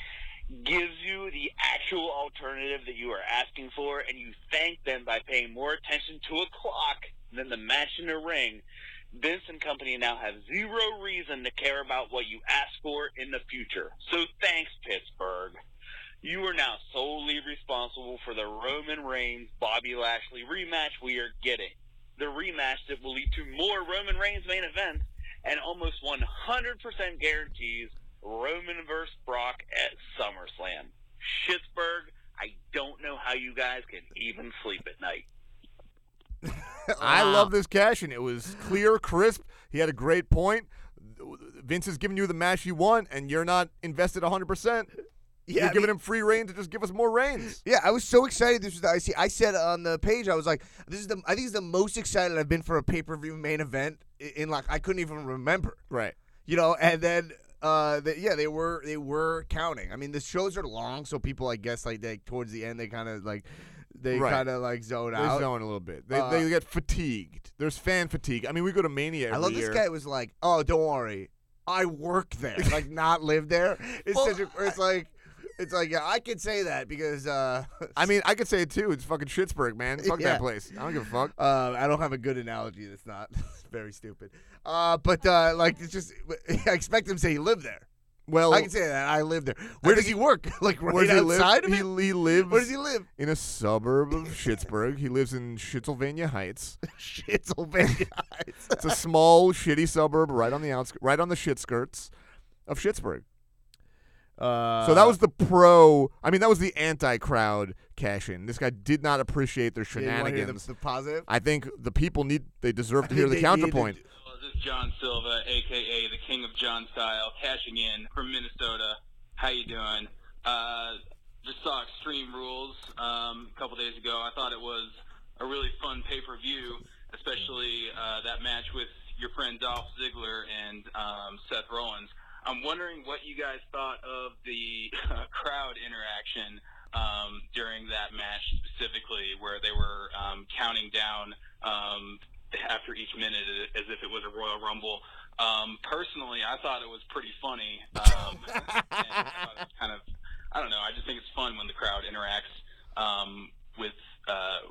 Speaker 5: gives you the actual alternative that you are asking for, and you thank them by paying more attention to a clock than the match in the ring, this and company now have zero reason to care about what you ask for in the future. So thanks, Pittsburgh. You are now solely responsible for the Roman Reigns Bobby Lashley rematch we are getting. The rematch that will lead to more Roman Reigns main events and almost 100% guarantees Roman versus Brock at SummerSlam. Schittsburg, I don't know how you guys can even sleep at night.
Speaker 2: I
Speaker 1: Wow.
Speaker 2: love this cash, and it was clear, crisp. He had a great point. Vince is giving you the match you want, and you're not invested 100. percent
Speaker 1: Yeah,
Speaker 2: You're
Speaker 1: I
Speaker 2: giving
Speaker 1: mean-
Speaker 2: him free reign to just give us more reigns.
Speaker 1: Yeah, I was so excited. This was the IC. I said on the page, I was like, "This is the. I think it's the most excited I've been for a pay per view main event in, in like I couldn't even remember.
Speaker 2: Right.
Speaker 1: You know, and then uh, the, yeah, they were they were counting. I mean, the shows are long, so people, I guess, like they towards the end, they kind of like they
Speaker 2: Right.
Speaker 1: kind of like zone
Speaker 2: They
Speaker 1: out.
Speaker 2: zone a little bit. They,
Speaker 1: Uh,
Speaker 2: they get fatigued. There's fan fatigue. I mean, we go to Mania.
Speaker 1: I
Speaker 2: every
Speaker 1: love this
Speaker 2: year.
Speaker 1: guy. Was like, oh, don't worry, I work there, like not live there. It's
Speaker 2: Well,
Speaker 1: such a, it's like. It's like yeah, I could say that because uh,
Speaker 2: I mean, I could say it too. It's fucking Schittsburg, man. Fuck
Speaker 1: Yeah.
Speaker 2: that place. I don't give a fuck.
Speaker 1: Uh, I don't have a good analogy. That's not very stupid. Uh, but uh, like it's just I expect him to say he lived there.
Speaker 2: Well,
Speaker 1: I can say that I live there. Where does he work? Like right
Speaker 2: Oh. where does he live?
Speaker 1: outside
Speaker 2: he,
Speaker 1: of it.
Speaker 2: he lives
Speaker 1: Where does he live?
Speaker 2: in a suburb of Schittsburg. He lives in Schittsylvania Heights.
Speaker 1: Schittsylvania Heights.
Speaker 2: It's a small, shitty suburb right on the outsk- right on the shit skirts of Schittsburg.
Speaker 1: Uh,
Speaker 2: So that was the pro. I mean, that was the anti crowd cash in. This guy did not appreciate their
Speaker 1: yeah, you wanna hear the,
Speaker 2: shenanigans.
Speaker 1: the positive.
Speaker 2: I think the people need. They deserve to
Speaker 1: I
Speaker 2: hear the
Speaker 1: think they needed-
Speaker 2: counterpoint.
Speaker 6: Hello, this is John Silva, aka the King of John Style, cashing in from Minnesota. How you doing? Uh, just saw Extreme Rules um, a couple days ago. I thought it was a really fun pay-per-view, especially uh, that match with your friend Dolph Ziggler and um, Seth Rollins. I'm wondering what you guys thought of the uh, crowd interaction um, during that match specifically, where they were um, counting down um, after each minute as if it was a Royal Rumble. Um, personally, I thought it was pretty funny. Um, and I thought it was kind of, I don't know. I just think it's fun when the crowd interacts um, with uh,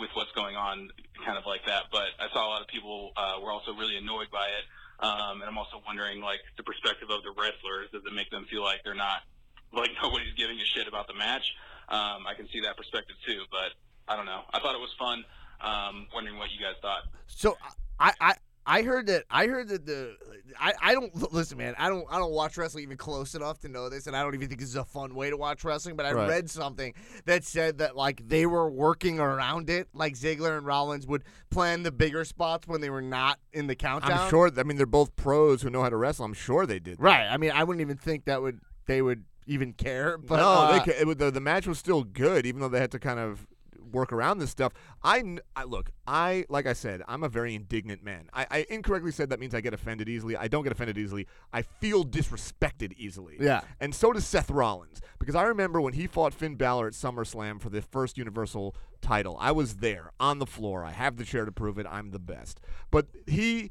Speaker 6: with what's going on, kind of like that. But I saw a lot of people uh, were also really annoyed by it, um, and I'm also wondering, like, the perspective of the wrestlers. Does it make them feel like they're not, like, nobody's giving a shit about the match? Um, I can see that perspective too, but I don't know. I thought it was fun. Um, wondering what you guys thought.
Speaker 1: So I, I I heard that I heard that the I, I don't l- listen, man. I don't I don't watch wrestling even close enough to know this, and I don't even think this is a fun way to watch wrestling. But I
Speaker 2: Right.
Speaker 1: read something that said that like they were working around it, like Ziggler and Rollins would plan the bigger spots when they were not in the countdown.
Speaker 2: I'm sure. I mean, they're both pros who know how to wrestle. I'm sure they did. that.
Speaker 1: Right. I mean, I wouldn't even think that would they would even care. But
Speaker 2: no,
Speaker 1: uh,
Speaker 2: oh, they ca- it, wa- the, the match was still good, even though they had to kind of work around this stuff. I, kn- I look, I like I said, I'm a very indignant man. I, I incorrectly said that means I get offended easily. I don't get offended easily. I feel disrespected easily.
Speaker 1: Yeah.
Speaker 2: and so does Seth Rollins because I remember when he fought Finn Balor at SummerSlam for the first Universal title. I was there on the floor. I have the chair to prove it. I'm the best. But he.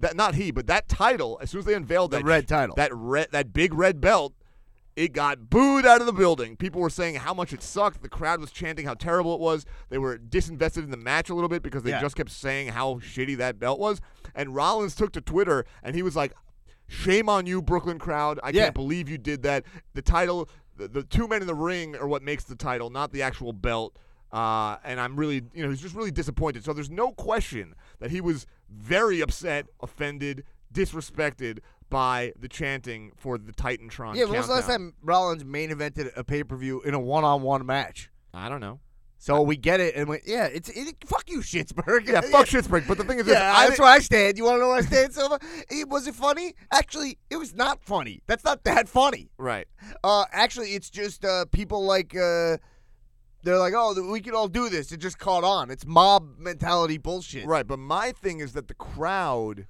Speaker 2: That, not he, but that title. As soon as they unveiled
Speaker 1: The
Speaker 2: that
Speaker 1: red title.
Speaker 2: that red, that big red belt, it got booed out of the building. People were saying how much it sucked. The crowd was chanting how terrible it was. They were disinvested in the match a little bit because they
Speaker 1: Yeah.
Speaker 2: just kept saying how shitty that belt was. And Rollins took to Twitter and he was like, Shame on you, Brooklyn crowd. I
Speaker 1: Yeah.
Speaker 2: can't believe you did that. The title, the, the two men in the ring are what makes the title, not the actual belt. Uh, and I'm really, you know, he's just really disappointed. So there's no question that he was very upset, offended, disrespected by the chanting for the Titantron.
Speaker 1: Yeah, when was the last
Speaker 2: countdown.
Speaker 1: time Rollins main evented a pay per view in a one on one match?
Speaker 2: I don't know.
Speaker 1: So we get it, and we, yeah, it's it, fuck you, Shitsburg.
Speaker 2: Yeah, fuck Shitsburg. But the thing is, this,
Speaker 1: Yeah,
Speaker 2: I
Speaker 1: that's
Speaker 2: didn't-
Speaker 1: where I stand. You want to know where I stand, Silva? It, was it funny? Actually, it was not funny. That's not that funny.
Speaker 2: right.
Speaker 1: Uh, actually, it's just uh, people like uh, they're like, oh, we can all do this. It just caught on. It's mob mentality bullshit.
Speaker 2: Right, but my thing is that the crowd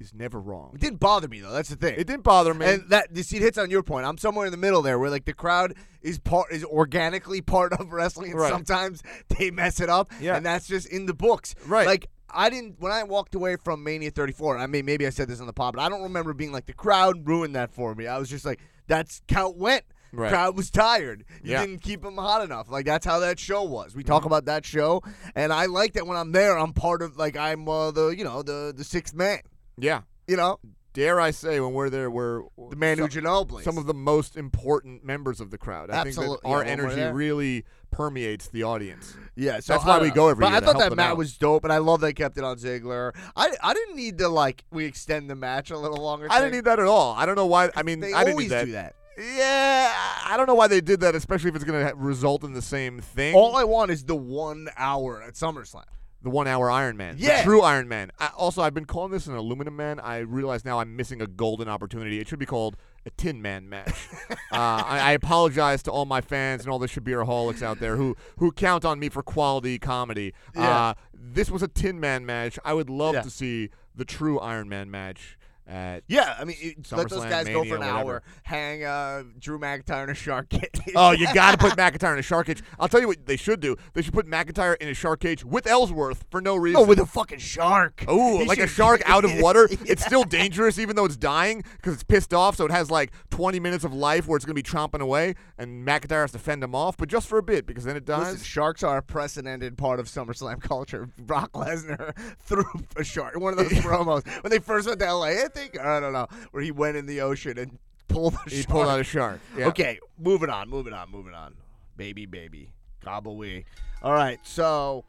Speaker 2: is never wrong.
Speaker 1: It didn't bother me though. That's the thing.
Speaker 2: It didn't bother me.
Speaker 1: and that you see, it hits on your point. I'm somewhere in the middle there, where like the crowd is part is organically part of wrestling, and
Speaker 2: Right.
Speaker 1: sometimes they mess it up,
Speaker 2: Yeah.
Speaker 1: and that's just in the books.
Speaker 2: Right.
Speaker 1: Like I didn't when I walked away from Mania 34. I mean, maybe I said this on the pod, but I don't remember being like the crowd ruined that for me. I was just like, that's count went.
Speaker 2: Right.
Speaker 1: Crowd was tired. You
Speaker 2: Yeah. Mm-hmm.
Speaker 1: didn't keep them hot enough. Like that's how that show was. We talk about that show, and I like that when I'm there, I'm part of like I'm uh, the you know the the sixth man.
Speaker 2: yeah.
Speaker 1: You know
Speaker 2: Dare I say, when we're there, we're
Speaker 1: the man who
Speaker 2: some,
Speaker 1: Ginobili.
Speaker 2: some of the most important members of the crowd. I think
Speaker 1: Absolute-
Speaker 2: that our
Speaker 1: yeah, when we're
Speaker 2: energy
Speaker 1: there.
Speaker 2: really permeates the audience.
Speaker 1: Yeah, so
Speaker 2: That's why
Speaker 1: I
Speaker 2: we
Speaker 1: don't
Speaker 2: go
Speaker 1: know.
Speaker 2: every
Speaker 1: but
Speaker 2: year
Speaker 1: I
Speaker 2: to
Speaker 1: thought
Speaker 2: help
Speaker 1: that
Speaker 2: them
Speaker 1: Matt
Speaker 2: out.
Speaker 1: was dope, and I love they kept it on Ziggler. I I didn't need to like we extend the match a little longer.
Speaker 2: I didn't need that at all. I don't know why. I mean,
Speaker 1: They
Speaker 2: I didn't
Speaker 1: always
Speaker 2: need that.
Speaker 1: do that.
Speaker 2: Yeah, I- I don't know why they did that, especially if it's going to result in the same thing.
Speaker 1: All I want is the one hour at SummerSlam.
Speaker 2: the one hour Iron Man. The
Speaker 1: Yeah.
Speaker 2: true Iron Man. I, also, I've been calling this an aluminum man. I realize now I'm missing a golden opportunity. It should be called a Tin Man match. uh, I, I apologize to all my fans and all the Shabiraholics out there who, who count on me for quality comedy. Uh,
Speaker 1: Yeah.
Speaker 2: this was a Tin Man match. I would love
Speaker 1: Yeah.
Speaker 2: to see the true Iron Man match at.
Speaker 1: Yeah, I mean, it, let those
Speaker 2: SummerSlam,
Speaker 1: guys go for
Speaker 2: Mania,
Speaker 1: an
Speaker 2: whatever.
Speaker 1: hour. Hang uh, Drew McIntyre and a shark. Kid.
Speaker 2: Oh, you got to put McIntyre in a shark cage. I'll tell you what they should do. They should put McIntyre in a shark cage with Ellsworth for no reason.
Speaker 1: no, Oh, with a fucking shark.
Speaker 2: Oh,
Speaker 1: He
Speaker 2: like a
Speaker 1: should-
Speaker 2: shark out of water.
Speaker 1: Yeah.
Speaker 2: It's still dangerous, even though it's dying because it's pissed off. So it has like 20 minutes of life where it's going to be chomping away, and McIntyre has to fend him off, but just for a bit because then it dies.
Speaker 1: Listen, sharks are a precedented part of SummerSlam culture. Brock Lesnar threw a shark. One of those promos when they first went to LA, I think, or I don't know, where he went in the ocean and pulled a
Speaker 2: he
Speaker 1: shark.
Speaker 2: pulled out a shark. Yeah.
Speaker 1: Okay, moving on, moving on, moving on. Baby, baby, gobble we. All right, so.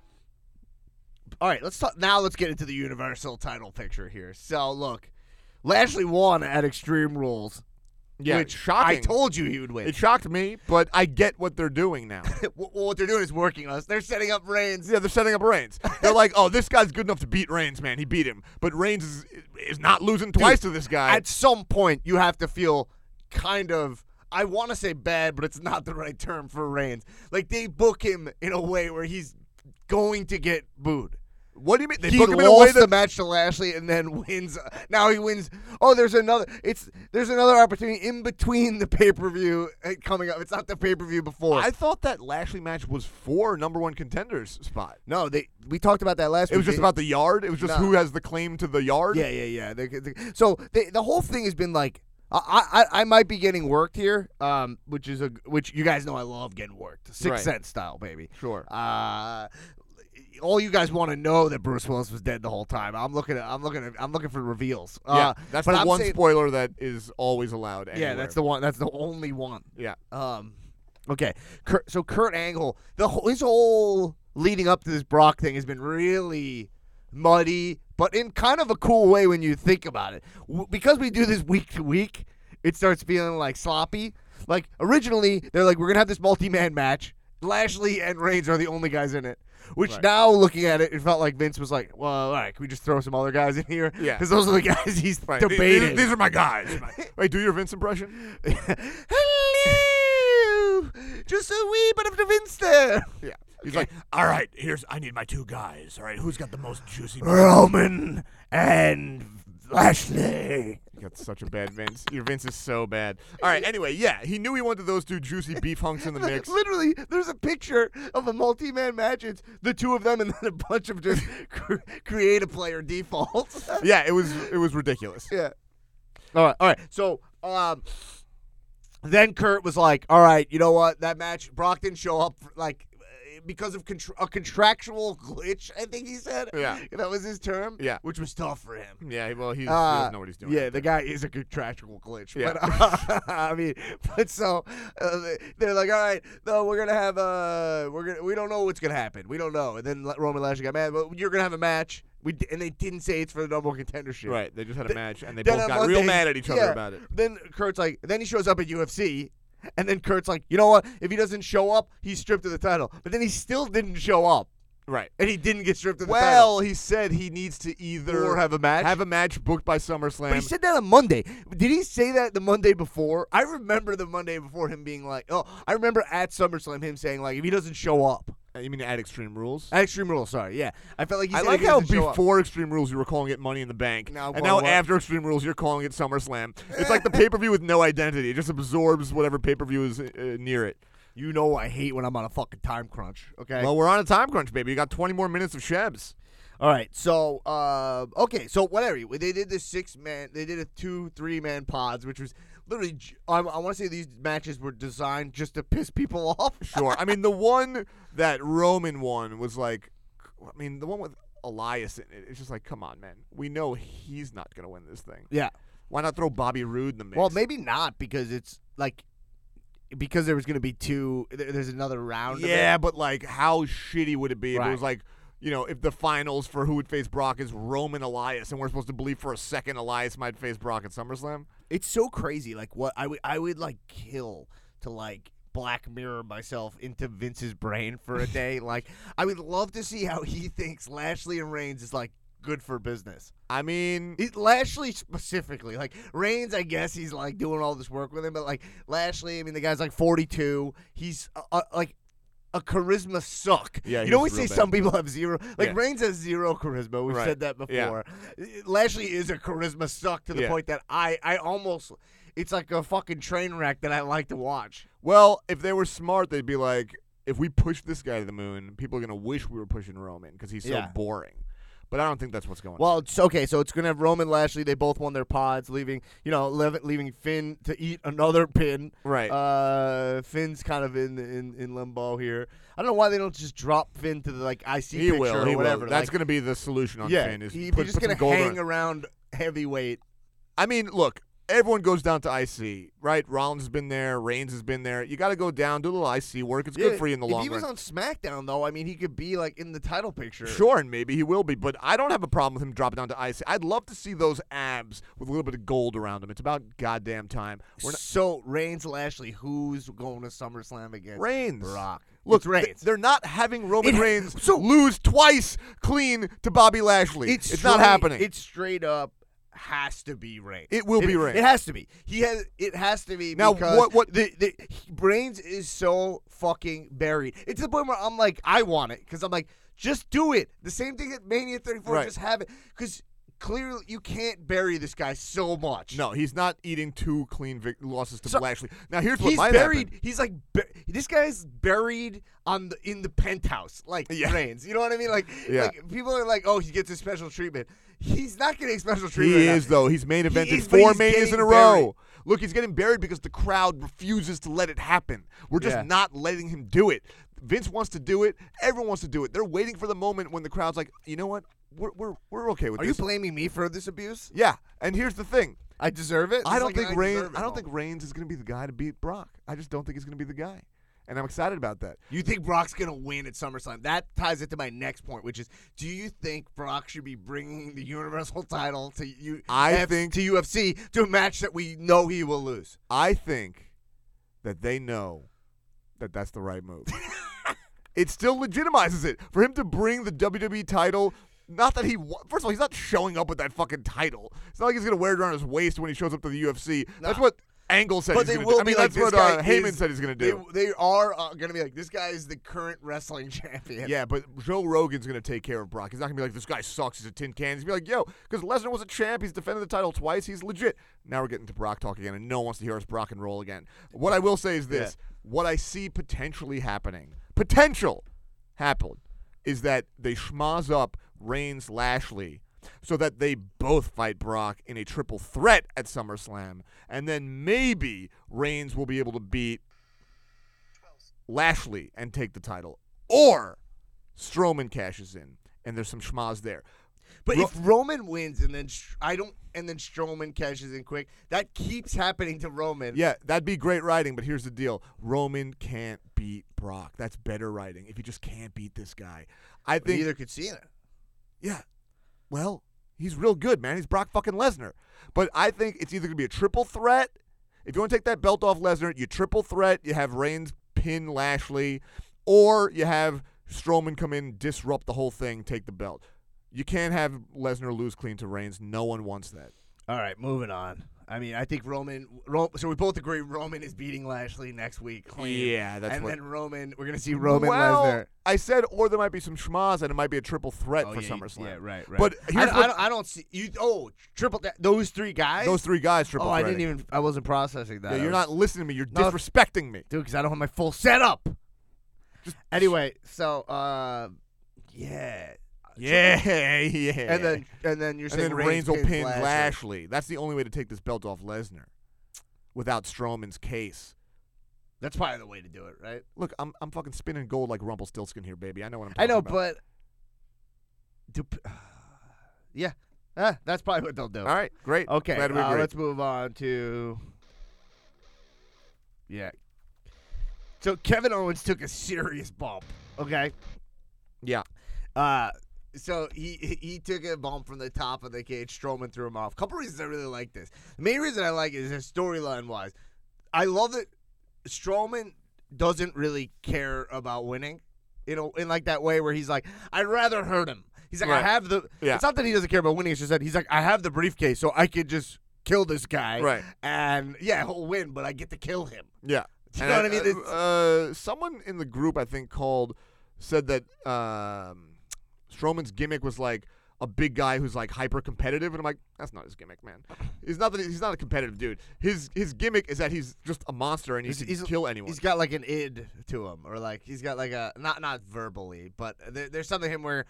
Speaker 1: All right, let's talk. Now let's get into the universal title picture here. So look, Lashley won at Extreme Rules,
Speaker 2: Yeah.
Speaker 1: which
Speaker 2: shocking.
Speaker 1: I told you he would win.
Speaker 2: it shocked me, but I get what they're doing now.
Speaker 1: Well, what they're doing is working us. They're setting up Reigns.
Speaker 2: yeah, they're setting up Reigns. They're like, oh, this guy's good enough to beat Reigns, man. He beat him, but Reigns is, is not losing twice to this guy.
Speaker 1: at some point you have to feel kind of I want to say bad, but it's not the right term for Reigns. Like they book him in a way where he's going to get booed.
Speaker 2: what do you mean? They
Speaker 1: he
Speaker 2: booked him in
Speaker 1: lost
Speaker 2: a way
Speaker 1: the
Speaker 2: that
Speaker 1: match to Lashley and then wins. Now he wins. Oh, there's another. It's there's another opportunity in between the pay per view coming up. It's not the pay per view before.
Speaker 2: I thought that Lashley match was for number one contenders spot.
Speaker 1: no, they we talked about that last.
Speaker 2: It was
Speaker 1: week.
Speaker 2: just about the yard. It was just
Speaker 1: Nah.
Speaker 2: who has the claim to the yard.
Speaker 1: Yeah, yeah, yeah. They, they, so they, the whole thing has been like, I, I, I might be getting worked here, um, which is a, which you guys know I love getting worked, six
Speaker 2: Right.
Speaker 1: cent style, baby.
Speaker 2: Sure.
Speaker 1: Uh, all you guys want to know that Bruce Willis was dead the whole time. I'm looking at, I'm looking at, I'm looking for reveals.
Speaker 2: Yeah,
Speaker 1: Uh,
Speaker 2: that's
Speaker 1: but
Speaker 2: the
Speaker 1: I'm
Speaker 2: one
Speaker 1: saying-
Speaker 2: spoiler that is always allowed. Anywhere.
Speaker 1: Yeah, that's the one. That's the only one.
Speaker 2: yeah.
Speaker 1: Um, okay. Kurt, so Kurt Angle, the whole, his whole leading up to this Brock thing has been really muddy, but in kind of a cool way when you think about it. W- because we do this week to week, it starts feeling like sloppy. Like originally, they're like, we're gonna have this multi-man match. Lashley and Reigns are the only guys in it. Which
Speaker 2: Right.
Speaker 1: now looking at it, it felt like Vince was like, "Well, all right, can we just throw some other guys in here?
Speaker 2: Yeah.
Speaker 1: because those are the guys he's
Speaker 2: Right. Th-
Speaker 1: debating."
Speaker 2: These, these are my guys. Wait, do your Vince impression?
Speaker 1: Hello! Just a wee bit of the Vince there.
Speaker 2: Yeah. He's like, all right, here's I need my two guys. All right, who's got the most juicy?
Speaker 1: Roman and Lashley.
Speaker 2: You got such a bad Vince. Your Vince is so bad. All right. Anyway, yeah, he knew he wanted those two juicy beef hunks in the mix.
Speaker 1: Literally, there's a picture of a multi-man match. It's the two of them and then a bunch of just cr- create a player defaults.
Speaker 2: Yeah, it was it was ridiculous.
Speaker 1: yeah. All right. All right. So, um, then Kurt was like, "All right, you know what? That match, Brock didn't show up. For, like, because of contr a contractual glitch. I think he said.
Speaker 2: Yeah.
Speaker 1: that was his term.
Speaker 2: Yeah.
Speaker 1: which was tough for him.
Speaker 2: Yeah, well, he's, he
Speaker 1: Uh,
Speaker 2: doesn't know what he's doing.
Speaker 1: Yeah, the guy is a contractual glitch.
Speaker 2: Yeah.
Speaker 1: But, uh, I mean, but so uh, they- they're like, all right, no, we're gonna have uh, we're gonna, we don't know what's gonna happen. We don't know. And then Le- Roman Lashley got mad. Well, you're gonna have a match. We d- and they didn't say it's for the number one contendership.
Speaker 2: Right, they just had a
Speaker 1: Th-
Speaker 2: match, and they
Speaker 1: then
Speaker 2: both
Speaker 1: on
Speaker 2: got
Speaker 1: Monday-
Speaker 2: real mad at each other
Speaker 1: yeah.
Speaker 2: about it.
Speaker 1: Then Kurt's like, then he shows up at UFC, and then Kurt's like, you know what? If he doesn't show up, he's stripped of the title. But then he still didn't show up,
Speaker 2: Right.
Speaker 1: and he didn't get stripped of the title.
Speaker 2: Well, he said he needs to either
Speaker 1: Or have a match?
Speaker 2: have a match booked by SummerSlam.
Speaker 1: But he said that on Monday. Did he say that the Monday before? I remember the Monday before him being like, oh, I remember at SummerSlam him saying like, if he doesn't show up,
Speaker 2: Uh, you mean at Extreme Rules?
Speaker 1: at Extreme Rules, sorry, yeah, I felt like he
Speaker 2: I
Speaker 1: said
Speaker 2: like
Speaker 1: if he
Speaker 2: how
Speaker 1: doesn't show up-
Speaker 2: before Extreme Rules you were calling it Money in the Bank,
Speaker 1: Now
Speaker 2: and
Speaker 1: what-
Speaker 2: now
Speaker 1: what?
Speaker 2: after Extreme Rules you're calling it SummerSlam. It's like the pay per view with no identity; it just absorbs whatever pay per view is uh, near it.
Speaker 1: you know I hate when I'm on a fucking time crunch. Okay.
Speaker 2: Well, we're on a time crunch, baby. You got 20 more minutes of Shebs.
Speaker 1: All right. So, uh, okay. So, whatever. They did the six man, they did a two, three man pods, which was literally, j- I, want to say these matches were designed just to piss people off.
Speaker 2: Sure. I mean, the one that Roman won was like, I mean, the one with Elias in it. It's just like, come on, man. We know he's not gonna win this thing.
Speaker 1: Yeah.
Speaker 2: Why not throw Bobby Roode in the mix?
Speaker 1: Well, maybe not because it's like, because there was going to be two, there, there's another round. of it.
Speaker 2: Yeah, but like, how shitty would it be if it
Speaker 1: Right.
Speaker 2: was like, you know, if the finals for who would face Brock is Roman Elias, and we're supposed to believe for a second Elias might face Brock at SummerSlam?
Speaker 1: It's so crazy. Like, what I would, I would like kill to like black mirror myself into Vince's brain for a day. like, I would love to see how he thinks Lashley and Reigns is like good for business.
Speaker 2: I mean,
Speaker 1: It, Lashley specifically, like Reigns, I guess he's like doing all this work with him, but like Lashley, I mean, the guy's like 42. He's uh, uh, like a charisma suck.
Speaker 2: Yeah,
Speaker 1: you
Speaker 2: he's
Speaker 1: know, we
Speaker 2: real
Speaker 1: say
Speaker 2: bad.
Speaker 1: some people have zero. Like
Speaker 2: Yeah.
Speaker 1: Reigns has zero charisma. We've
Speaker 2: Right.
Speaker 1: said that
Speaker 2: Yeah.
Speaker 1: before. Lashley is a charisma suck to the
Speaker 2: Yeah.
Speaker 1: point that I, I almost, it's like a fucking train wreck that I like to watch.
Speaker 2: well, if they were smart, they'd be like, if we push this guy to the moon, people are gonna wish we were pushing Roman because he's so
Speaker 1: Yeah.
Speaker 2: boring. But I don't think that's what's going on.
Speaker 1: Well, it's okay. So it's gonna have Roman Lashley. They both won their pods, leaving you know lev- leaving Finn to eat another pin.
Speaker 2: Right.
Speaker 1: Uh, Finn's kind of in in, in limbo here. I don't know why they don't just drop Finn to the like IC
Speaker 2: he
Speaker 1: picture
Speaker 2: will.
Speaker 1: or
Speaker 2: He
Speaker 1: whatever.
Speaker 2: will. That's
Speaker 1: like,
Speaker 2: gonna be the solution on
Speaker 1: yeah.
Speaker 2: Finn. Is
Speaker 1: he,
Speaker 2: put,
Speaker 1: he's just
Speaker 2: put some
Speaker 1: gonna
Speaker 2: gold
Speaker 1: hang
Speaker 2: on-
Speaker 1: around heavyweight.
Speaker 2: I mean, look, everyone goes down to IC, right? Rollins has been there, Reigns has been there. You got to go down, do a little IC work. It's
Speaker 1: Yeah,
Speaker 2: good for you in the
Speaker 1: if
Speaker 2: long
Speaker 1: he
Speaker 2: run.
Speaker 1: was on SmackDown though, I mean, he could be like in the title picture.
Speaker 2: Sure, and maybe he will be, but I don't have a problem with him dropping down to IC. I'd love to see those abs with a little bit of gold around them. It's about goddamn time. We're not,
Speaker 1: So Reigns Lashley, who's going to SummerSlam against
Speaker 2: Reigns.
Speaker 1: Brock?
Speaker 2: Look,
Speaker 1: it's Reigns.
Speaker 2: th- they're not having Roman
Speaker 1: It-
Speaker 2: Reigns
Speaker 1: so-
Speaker 2: lose twice clean to Bobby Lashley.
Speaker 1: It's,
Speaker 2: not
Speaker 1: straight-
Speaker 2: happening.
Speaker 1: It straight up has to be Reigns.
Speaker 2: It will be Reigns.
Speaker 1: It has to be. He has. It has to be.
Speaker 2: Now,
Speaker 1: because
Speaker 2: what- what-
Speaker 1: the, the he- Reigns is so fucking buried. It's the point where I'm like, I want it because I'm like, just do it. The same thing at Mania 34.
Speaker 2: Right.
Speaker 1: Just have it because clearly you can't bury this guy so much.
Speaker 2: no, he's not eating two clean vic- losses to
Speaker 1: So-
Speaker 2: Lashley. Now here's what
Speaker 1: He's
Speaker 2: might
Speaker 1: buried.
Speaker 2: happen.
Speaker 1: He's like bu- this guy's buried on the in the penthouse, like
Speaker 2: Yeah.
Speaker 1: Reigns. You know what I mean? Like,
Speaker 2: Yeah.
Speaker 1: like people are like, oh, he gets a special treatment. He's not getting special treatment.
Speaker 2: He
Speaker 1: right now.
Speaker 2: is though. He's main evented
Speaker 1: is, but
Speaker 2: four
Speaker 1: he's
Speaker 2: manias in
Speaker 1: getting
Speaker 2: a
Speaker 1: buried.
Speaker 2: row. Look, he's getting buried because the crowd refuses to let it happen. We're just
Speaker 1: Yeah.
Speaker 2: not letting him do it. Vince wants to do it. Everyone wants to do it. They're waiting for the moment when the crowd's like, you know what? We're we're, we're okay with
Speaker 1: Are you
Speaker 2: this.
Speaker 1: blaming me for this abuse?
Speaker 2: yeah. And here's the thing.
Speaker 1: I deserve it.
Speaker 2: I
Speaker 1: It's
Speaker 2: don't
Speaker 1: like,
Speaker 2: think Reigns.
Speaker 1: deserve it,
Speaker 2: I
Speaker 1: though.
Speaker 2: don't think Reigns is going to be the guy to beat Brock. I just don't think he's going to be the guy. And I'm excited about that.
Speaker 1: You think Brock's gonna win at SummerSlam? That ties it to my next point, which is: Do you think Brock should be bringing the Universal Title to you?
Speaker 2: I think-
Speaker 1: to UFC to a match that we know he will lose.
Speaker 2: I think that they know that that's the right move. it still legitimizes it for him to bring the WWE title. Not that he wa- first of all he's not showing up with that fucking title. It's not like he's gonna wear it around his waist when he shows up to the UFC. That's
Speaker 1: Nah.
Speaker 2: what Angle said.
Speaker 1: but
Speaker 2: he's
Speaker 1: they
Speaker 2: gonna
Speaker 1: will
Speaker 2: do. I mean,
Speaker 1: be like
Speaker 2: that's
Speaker 1: this
Speaker 2: what uh,
Speaker 1: guy
Speaker 2: Heyman
Speaker 1: is-
Speaker 2: said he's gonna do.
Speaker 1: They, they are uh, gonna be like this guy is the current wrestling champion.
Speaker 2: yeah, but Joe Rogan's gonna take care of Brock. He's not gonna be like this guy sucks. He's a tin can. He's gonna be like, yo, because Lesnar was a champ. He's defended the title twice. He's legit. Now we're getting to Brock talk again, and no one wants to hear us Brock and roll again. What I will say is this: what I see potentially happening, potential happen, is that they schmaz up Reigns Lashley. So that they both fight Brock in a triple threat at SummerSlam, and then maybe Reigns will be able to beat Lashley and take the title. or Strowman cashes in, and there's some schmaz there.
Speaker 1: But
Speaker 2: Ro-
Speaker 1: if Roman wins and then Str- I don't, and then Strowman cashes in quick, that keeps happening to Roman.
Speaker 2: Yeah, that'd be great writing, but here's the deal: Roman can't beat Brock. That's better writing if you just can't beat this guy. I
Speaker 1: But
Speaker 2: think.
Speaker 1: neither could Cena.
Speaker 2: Yeah. Well, he's real good, man. He's Brock fucking Lesnar. But I think it's either gonna be a triple threat. If you want to take that belt off Lesnar, you triple threat. You have Reigns pin Lashley, or you have Strowman come in, disrupt the whole thing, take the belt. You can't have Lesnar lose clean to Reigns. No one wants that.
Speaker 1: All right, moving on. I mean, I think Roman. Ro- so we both agree Roman is beating Lashley next week. Clean.
Speaker 2: Yeah, that's
Speaker 1: and
Speaker 2: what-
Speaker 1: then Roman. We're gonna see Roman
Speaker 2: well,
Speaker 1: Lesnar.
Speaker 2: I said, or there might be some schmaz, and it might be a triple threat
Speaker 1: Oh,
Speaker 2: for
Speaker 1: yeah, you-
Speaker 2: SummerSlam.
Speaker 1: Yeah, right, right.
Speaker 2: But
Speaker 1: I,
Speaker 2: here's
Speaker 1: don't-
Speaker 2: what-
Speaker 1: I, don't, I don't see you. Oh, triple th- those three guys.
Speaker 2: Those three guys triple
Speaker 1: oh, I
Speaker 2: threating.
Speaker 1: didn't even. I wasn't processing that. I
Speaker 2: Yeah, you're
Speaker 1: was-
Speaker 2: not listening to me. You're
Speaker 1: No.
Speaker 2: disrespecting me.
Speaker 1: dude, because I don't have my full setup. anyway, so uh, yeah,
Speaker 2: Yeah, yeah.
Speaker 1: and then and then you're
Speaker 2: and
Speaker 1: saying
Speaker 2: then Reigns will
Speaker 1: pins
Speaker 2: pin Lashley.
Speaker 1: Lashley.
Speaker 2: That's the only way to take this belt off Lesnar, without Strowman's case.
Speaker 1: That's probably the way to do it, right?
Speaker 2: Look, I'm I'm fucking spinning gold like Rumpelstiltskin here, baby. I know what I'm. Talking
Speaker 1: I know,
Speaker 2: about.
Speaker 1: but do, p- yeah, Ah, that's probably what they'll do.
Speaker 2: all right, great.
Speaker 1: Okay,
Speaker 2: Glad we
Speaker 1: uh,
Speaker 2: agree.
Speaker 1: let's move on to yeah. So Kevin Owens took a serious bump. Okay.
Speaker 2: Yeah.
Speaker 1: Uh so he he- he took a bump from the top of the cage. Strowman threw him off. Couple reasons I really like this. The main reason I like it is that storyline wise. I love that Strowman doesn't really care about winning. You know, in like that way where he's like, I'd rather hurt him. He's like,
Speaker 2: Right.
Speaker 1: I have the.
Speaker 2: Yeah.
Speaker 1: It's not that he doesn't care about winning. It's just that he's like, I have the briefcase, so I could just kill this guy.
Speaker 2: Right.
Speaker 1: And yeah, he'll win, but I get to kill him.
Speaker 2: Yeah.
Speaker 1: Do you
Speaker 2: And
Speaker 1: know what I mean? It's-
Speaker 2: Uh, someone in the group I think called said that um, Strowman's gimmick was like a big guy who's like hyper competitive, and I'm like, that's not his gimmick, man. He's not that he's not a competitive dude. His his gimmick is that he's just a monster and he
Speaker 1: He's-
Speaker 2: can
Speaker 1: he's-
Speaker 2: kill anyone.
Speaker 1: He's got like an id to him, or like he's got like a not not verbally, but there, there's something in him where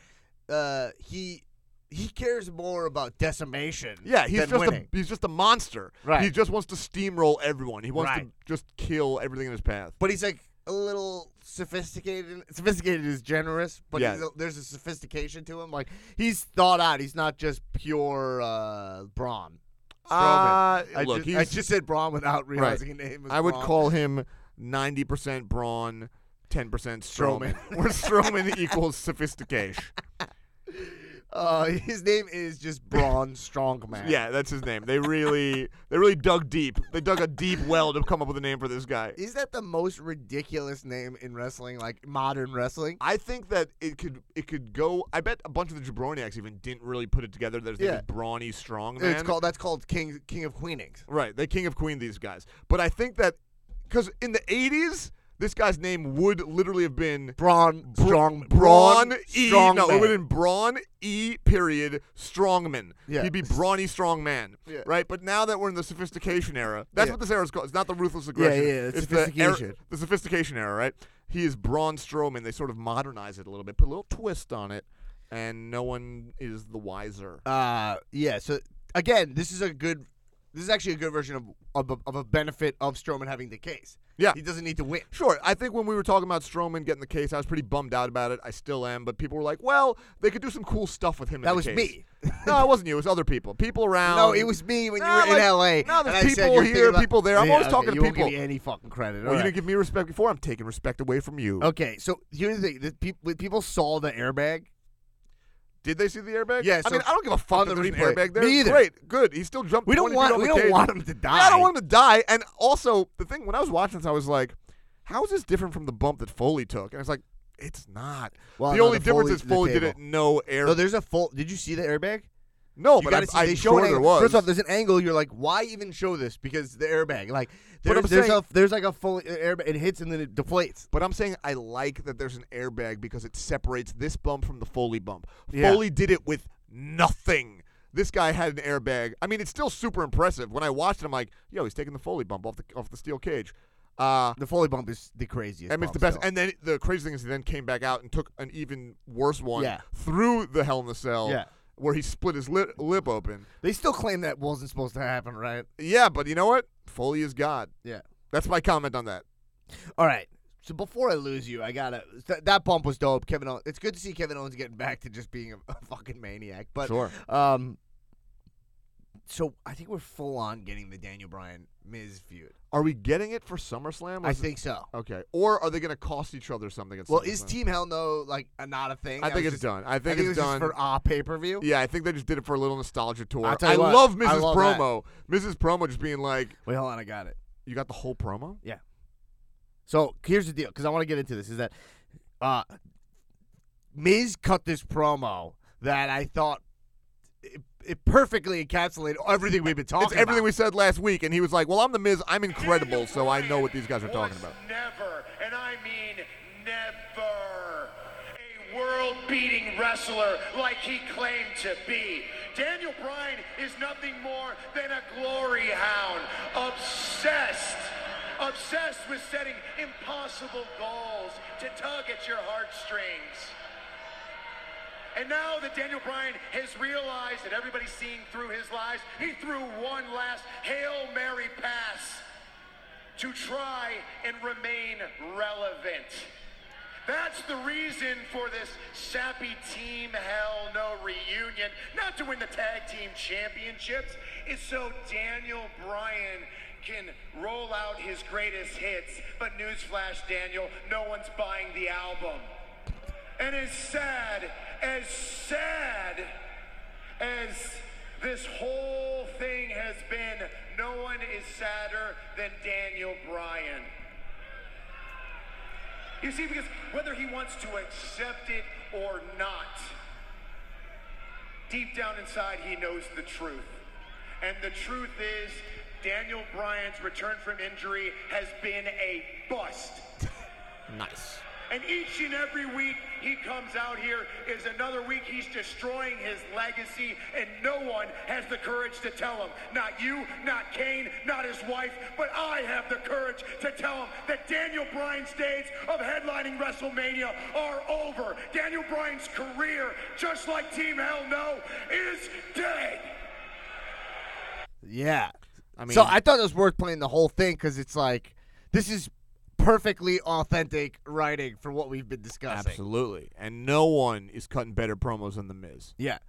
Speaker 1: uh, he he cares more about decimation.
Speaker 2: yeah, he's
Speaker 1: than
Speaker 2: just
Speaker 1: winning.
Speaker 2: a he's just a monster.
Speaker 1: Right.
Speaker 2: He just wants to steamroll everyone. He wants to
Speaker 1: Right.
Speaker 2: just kill everything in his path.
Speaker 1: but he's like a little sophisticated. Sophisticated is generous, but
Speaker 2: Yeah.
Speaker 1: he's a, there's a sophistication to him. Like he's thought out. He's not just pure uh, brawn.
Speaker 2: Uh,
Speaker 1: I,
Speaker 2: look,
Speaker 1: just, I
Speaker 2: he's-
Speaker 1: just said brawn without realizing his name was
Speaker 2: I would
Speaker 1: Braun.
Speaker 2: call him 90% Braun, 10% Strowman.
Speaker 1: Strowman.
Speaker 2: Where Strowman equals sophistication.
Speaker 1: Uh, his name is just Braun Strongman.
Speaker 2: Yeah, that's his name. They really they really dug deep. They dug a deep well to come up with a name for this guy.
Speaker 1: Is that the most ridiculous name in wrestling, like modern wrestling?
Speaker 2: I think that it could it could go. I bet a bunch of the jabroniacs even didn't really put it together. There's
Speaker 1: Yeah.
Speaker 2: yeah. brawny strong man.
Speaker 1: It's called that's called King King of Queenings.
Speaker 2: right. They king of queen these guys. But I think that because in the 80s, this guy's name would literally have been
Speaker 1: Braun Strong
Speaker 2: Braun, E.
Speaker 1: Strongman.
Speaker 2: No, it would have been Braun E. Period Strongman.
Speaker 1: Yeah.
Speaker 2: He'd be Brawny Strongman.
Speaker 1: Yeah.
Speaker 2: Right. But now that we're in the sophistication era, that's
Speaker 1: Yeah.
Speaker 2: what this era is called. It's not the ruthless
Speaker 1: yeah,
Speaker 2: aggression.
Speaker 1: yeah,
Speaker 2: it's the, era-
Speaker 1: sophistication.
Speaker 2: the sophistication era, right? He is Braun Strowman. They sort of modernize it a little bit, put a little twist on it, and no one is the wiser.
Speaker 1: Uh, yeah. So again, this is a good. This is actually a good version of of, of a benefit of Strowman having the case.
Speaker 2: Yeah.
Speaker 1: he doesn't need to win.
Speaker 2: Sure, I think when we were talking about Strowman getting the case, I was pretty bummed out about it. I still am, but people were like, "Well, they could do some cool stuff with him." in
Speaker 1: That
Speaker 2: the
Speaker 1: was
Speaker 2: case.
Speaker 1: me.
Speaker 2: No, it wasn't you. It was other people. People around.
Speaker 1: No, it was me when you
Speaker 2: Nah,
Speaker 1: were
Speaker 2: like-
Speaker 1: in L.A.
Speaker 2: nah,
Speaker 1: and
Speaker 2: there's
Speaker 1: I said
Speaker 2: people
Speaker 1: you were
Speaker 2: here,
Speaker 1: thinking about-
Speaker 2: people there. I'm
Speaker 1: Yeah,
Speaker 2: always
Speaker 1: okay,
Speaker 2: talking to
Speaker 1: you won't give
Speaker 2: people.
Speaker 1: me any fucking credit.
Speaker 2: Well,
Speaker 1: all
Speaker 2: Oh, you
Speaker 1: right.
Speaker 2: didn't give me respect before. I'm taking respect away from you.
Speaker 1: Okay, so here's the thing: the peop- when people saw the airbag.
Speaker 2: Did they see the airbag?
Speaker 1: Yeah, so-
Speaker 2: I mean, I don't give a fuck
Speaker 1: On the
Speaker 2: if there's an
Speaker 1: replay.
Speaker 2: airbag there.
Speaker 1: Me either.
Speaker 2: Great, good. He still jumped.
Speaker 1: We don't
Speaker 2: 20 feet
Speaker 1: want
Speaker 2: off
Speaker 1: we
Speaker 2: the
Speaker 1: don't
Speaker 2: cage.
Speaker 1: want him to die.
Speaker 2: Yeah, I don't want him to die. And also, the thing when I was watching this, I was like, "How is this different from the bump that Foley took?" And I was like, "It's not."
Speaker 1: Well,
Speaker 2: the
Speaker 1: no,
Speaker 2: only
Speaker 1: the
Speaker 2: difference
Speaker 1: Foley-
Speaker 2: is
Speaker 1: the
Speaker 2: Foley did
Speaker 1: table.
Speaker 2: it no air.
Speaker 1: No, there's a full. Did you see the airbag?
Speaker 2: no,
Speaker 1: You
Speaker 2: Oh, but
Speaker 1: gotta
Speaker 2: I,
Speaker 1: see,
Speaker 2: I'm
Speaker 1: they show
Speaker 2: sure
Speaker 1: an
Speaker 2: there
Speaker 1: angle.
Speaker 2: was.
Speaker 1: First off, there's an angle. You're like, why even show this? Because the airbag, like,
Speaker 2: But
Speaker 1: there's,
Speaker 2: I'm
Speaker 1: there's
Speaker 2: saying-
Speaker 1: a there's like a full airbag. It hits and then it deflates.
Speaker 2: But I'm saying I like that there's an airbag because it separates this bump from the Foley bump.
Speaker 1: Yeah.
Speaker 2: Foley did it with nothing. This guy had an airbag. I mean, it's still super impressive. When I watched it, I'm like, yo, he's taking the Foley bump off the off the steel cage. Uh,
Speaker 1: The Foley bump is the craziest.
Speaker 2: I mean, it's the
Speaker 1: bump
Speaker 2: best.
Speaker 1: still.
Speaker 2: And then the crazy thing is, he then came back out and took an even worse one
Speaker 1: Yeah.
Speaker 2: through the Hell in the Cell,
Speaker 1: Yeah.
Speaker 2: where he split his lip, lip open.
Speaker 1: they still claim that wasn't supposed to happen, right?
Speaker 2: Yeah, but you know what? Foley is God.
Speaker 1: Yeah.
Speaker 2: That's my comment on that.
Speaker 1: All right. So before I lose you, I gotta. Th- that bump was dope, Kevin. Owens. It's good to see Kevin Owens getting back to just being a, a fucking maniac. But
Speaker 2: sure.
Speaker 1: um, so I think we're full on getting the Daniel Bryan Miz feud.
Speaker 2: Are we getting it for SummerSlam? or
Speaker 1: I
Speaker 2: is it-
Speaker 1: think so.
Speaker 2: Okay. Or are they going to cost each other something? At
Speaker 1: Well,
Speaker 2: SummerSlam?
Speaker 1: is Team Hell No like a, not a thing?
Speaker 2: I
Speaker 1: That
Speaker 2: think
Speaker 1: was
Speaker 2: it's
Speaker 1: just-
Speaker 2: done. I
Speaker 1: I
Speaker 2: think
Speaker 1: think it
Speaker 2: it's
Speaker 1: was just
Speaker 2: done.
Speaker 1: for ah pay per view.
Speaker 2: yeah, I think they just did it for a little nostalgia tour.
Speaker 1: I'll tell you what,
Speaker 2: love
Speaker 1: I
Speaker 2: Mrs.
Speaker 1: love that.
Speaker 2: Promo. Mrs. Promo just being like,
Speaker 1: Wait, hold on, I got it.
Speaker 2: "You got the whole promo."
Speaker 1: So here's the deal, because I want to get into this. Is that uh, Miz cut this promo that I thought it, it perfectly encapsulated everything we've been talking
Speaker 2: It's everything
Speaker 1: about.
Speaker 2: we said last week, and he was like, "Well, I'm the Miz. I'm incredible, so I know what these guys are talking about."
Speaker 7: Never, and I mean never, a world beating wrestler like he claimed to be. Daniel Bryan is nothing more than a glory hound, obsessed, obsessed with setting impossible goals to tug at your heartstrings. And now that Daniel Bryan has realized that everybody's seeing through his lies, he threw one last Hail Mary pass to try and remain relevant. That's the reason for this sappy team hell no reunion, not to win the tag team championships, is so Daniel Bryan can roll out his greatest hits. But newsflash, Daniel, no one's buying the album. And as sad, as sad as this whole thing has been, no one is sadder than Daniel Bryan. You see, because whether he wants to accept it or not, deep down inside, he knows the truth. And the truth is, Daniel Bryan's return from injury has been a bust.
Speaker 1: nice.
Speaker 7: And each and every week he comes out here is another week he's destroying his legacy, and no one has the courage to tell him. Not you, not Kane, not his wife, but I have the courage to tell him that Daniel Bryan's days of headlining WrestleMania are over. Daniel Bryan's career, just like Team Hell No, is dead.
Speaker 1: Yeah.
Speaker 2: I mean,
Speaker 1: so I thought it was worth playing the whole thing because it's like this is perfectly authentic writing for what we've been discussing.
Speaker 2: absolutely. And no one is cutting better promos than the Miz.
Speaker 1: Yeah.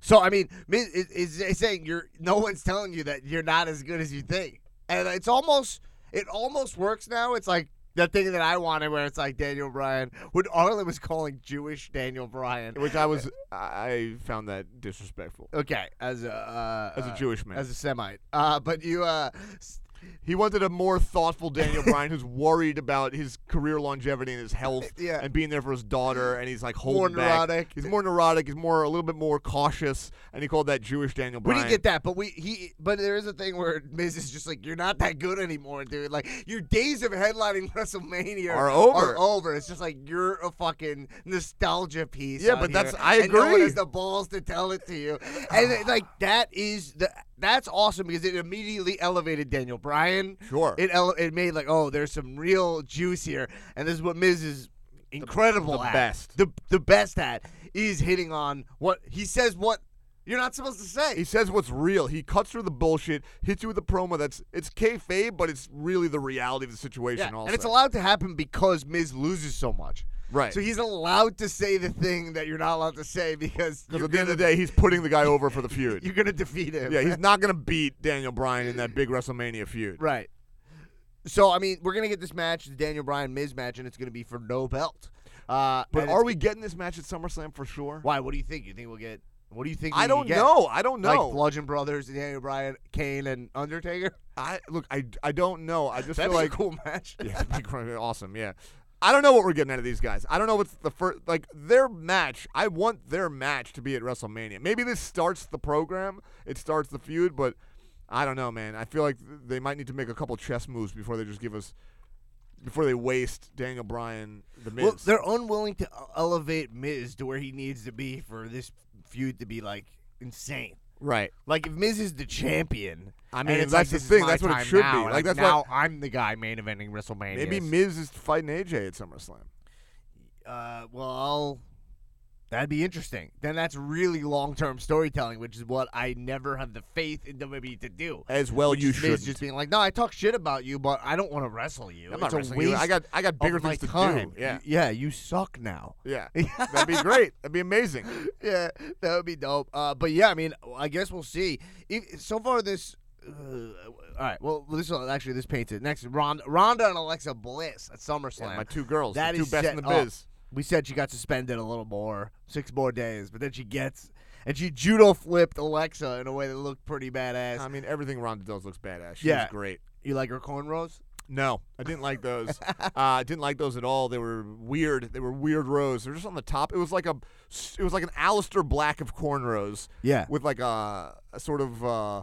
Speaker 1: So I mean, mi- is, is they saying you're no one's telling you that you're not as good as you think, and it's almost it almost works now. It's like the thing that I wanted, where it's like Daniel Bryan, when Arlen was calling Jewish Daniel Bryan.
Speaker 2: Which I was, I found that disrespectful.
Speaker 1: Okay, as a uh,
Speaker 2: As a
Speaker 1: uh,
Speaker 2: Jewish man.
Speaker 1: as a Semite, uh, but you uh, s-
Speaker 2: He wanted a more thoughtful Daniel Bryan who's worried about his career longevity and his health
Speaker 1: Yeah.
Speaker 2: and being there for his daughter and he's like holding
Speaker 1: More
Speaker 2: back.
Speaker 1: neurotic.
Speaker 2: He's more neurotic, he's more a little bit more cautious and he called that Jewish Daniel
Speaker 1: we
Speaker 2: Bryan.
Speaker 1: didn't get that, but we he but there is a thing where Miz is just like you're not that good anymore, dude. Like your days of headlining WrestleMania
Speaker 2: Are over.
Speaker 1: Are over. It's just like you're a fucking nostalgia piece.
Speaker 2: Yeah,
Speaker 1: on
Speaker 2: but that's-
Speaker 1: here,
Speaker 2: I
Speaker 1: and no one
Speaker 2: agree.
Speaker 1: has the balls to tell it to you, and it- like that is the that's awesome because it immediately elevated Daniel Bryan.
Speaker 2: Sure.
Speaker 1: It ele- it made like oh there's some real juice here, and this is what Miz is incredible
Speaker 2: the
Speaker 1: at.
Speaker 2: best.
Speaker 1: The the best at is hitting on what he says what. You're not supposed to say.
Speaker 2: he says what's real. He cuts through the bullshit, hits you with a promo that's it's kayfabe, but it's really the reality of the situation.
Speaker 1: Yeah,
Speaker 2: also,
Speaker 1: And it's allowed to happen because Miz loses so much.
Speaker 2: Right.
Speaker 1: So he's allowed to say the thing that you're not allowed to say because
Speaker 2: because
Speaker 1: you're
Speaker 2: at the end
Speaker 1: gonna,
Speaker 2: of the day, he's putting the guy over for the feud.
Speaker 1: you're gonna defeat him.
Speaker 2: yeah, he's not gonna beat Daniel Bryan in that big WrestleMania feud.
Speaker 1: right. So I mean, we're gonna get this match, the Daniel Bryan Miz match, and it's gonna be for no belt. Uh,
Speaker 2: But
Speaker 1: and
Speaker 2: are
Speaker 1: it's-
Speaker 2: we getting this match at SummerSlam for sure?
Speaker 1: Why? What do you think? You think we'll get? What do you think?
Speaker 2: I
Speaker 1: we
Speaker 2: don't
Speaker 1: get?
Speaker 2: know. I don't know.
Speaker 1: Like Bludgeon Brothers, Daniel Bryan, Kane, and Undertaker.
Speaker 2: I look, I, I don't know. I just
Speaker 1: That'd
Speaker 2: feel
Speaker 1: be
Speaker 2: like
Speaker 1: a cool match.
Speaker 2: yeah, that'd be great. awesome. Yeah, I don't know what we're getting out of these guys. I don't know what's the first like their match. I want their match to be at WrestleMania. Maybe this starts the program. It starts the feud, but I don't know, man. I feel like th- they might need to make a couple chess moves before they just give us before they waste Daniel Bryan the Miz.
Speaker 1: Well, they're unwilling to e-, elevate Miz to where he needs to be for this feud to be like insane.
Speaker 2: right.
Speaker 1: Like if Miz is the champion,
Speaker 2: I
Speaker 1: and
Speaker 2: mean,
Speaker 1: it's
Speaker 2: that's
Speaker 1: like,
Speaker 2: the
Speaker 1: this is
Speaker 2: thing.
Speaker 1: my
Speaker 2: That's what it
Speaker 1: time
Speaker 2: should be.
Speaker 1: now, and,
Speaker 2: Like,
Speaker 1: Like,
Speaker 2: that's
Speaker 1: now,
Speaker 2: what-
Speaker 1: I'm the guy main eventing WrestleMania.
Speaker 2: Maybe Miz is fighting AJ at SummerSlam.
Speaker 1: Uh, well, That'd be interesting. Then that's really long term storytelling, which is what I never have the faith in WWE to do.
Speaker 2: As well,
Speaker 1: Which
Speaker 2: you
Speaker 1: is Miz
Speaker 2: should.
Speaker 1: just being like, no, I talk shit about you, but I don't want to wrestle you.
Speaker 2: I'm
Speaker 1: It's
Speaker 2: not
Speaker 1: a
Speaker 2: wrestling you. I
Speaker 1: waste
Speaker 2: got I got
Speaker 1: of
Speaker 2: bigger
Speaker 1: my
Speaker 2: things to
Speaker 1: time.
Speaker 2: do. Yeah,
Speaker 1: Y- yeah, you suck now.
Speaker 2: yeah. That'd be great. That'd be amazing.
Speaker 1: yeah, that would be dope. Uh, but yeah, I mean, I guess we'll see. If, so far, this. Uh, all right. Well, this will, actually this paints it. Next, Ronda, Ronda and Alexa Bliss at SummerSlam.
Speaker 2: Yeah, my two girls,
Speaker 1: That
Speaker 2: the two
Speaker 1: is Oh,
Speaker 2: best in
Speaker 1: set
Speaker 2: the
Speaker 1: up.
Speaker 2: biz.
Speaker 1: We said she got suspended a little more, six more days, but then she gets and she judo flipped Alexa in a way that looked pretty badass.
Speaker 2: I mean, everything Ronda does looks badass. She's
Speaker 1: Yeah.
Speaker 2: great.
Speaker 1: you like her cornrows?
Speaker 2: No, I didn't like those. uh, I didn't like those at all. They were weird. They were weird rows. They're just on the top. It was like a, it was like an Alistair Black of cornrows
Speaker 1: Yeah.
Speaker 2: with like a, a sort of, uh,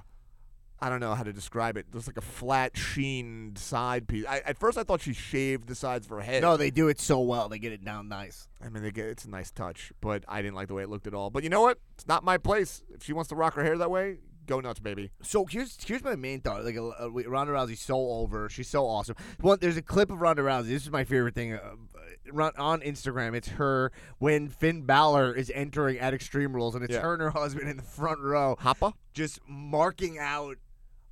Speaker 2: I don't know how to describe it. Just like a flat sheened side piece. I, at first, I thought she shaved the sides of her head.
Speaker 1: No, they do it so well. They get it down nice.
Speaker 2: I mean, they get, it's a nice touch, but I didn't like the way it looked at all. But you know what? It's not my place. If she wants to rock her hair that way, go nuts, baby.
Speaker 1: So here's here's my main thought. Like uh, we- Ronda Rousey's so over. She's so awesome. One, there's a clip of Ronda Rousey. This is my favorite thing. Uh, run, on Instagram, it's her when Finn Balor is entering at Extreme Rules, and it's
Speaker 2: Yeah.
Speaker 1: her and her husband in the front row,
Speaker 2: Hoppa.
Speaker 1: just marking out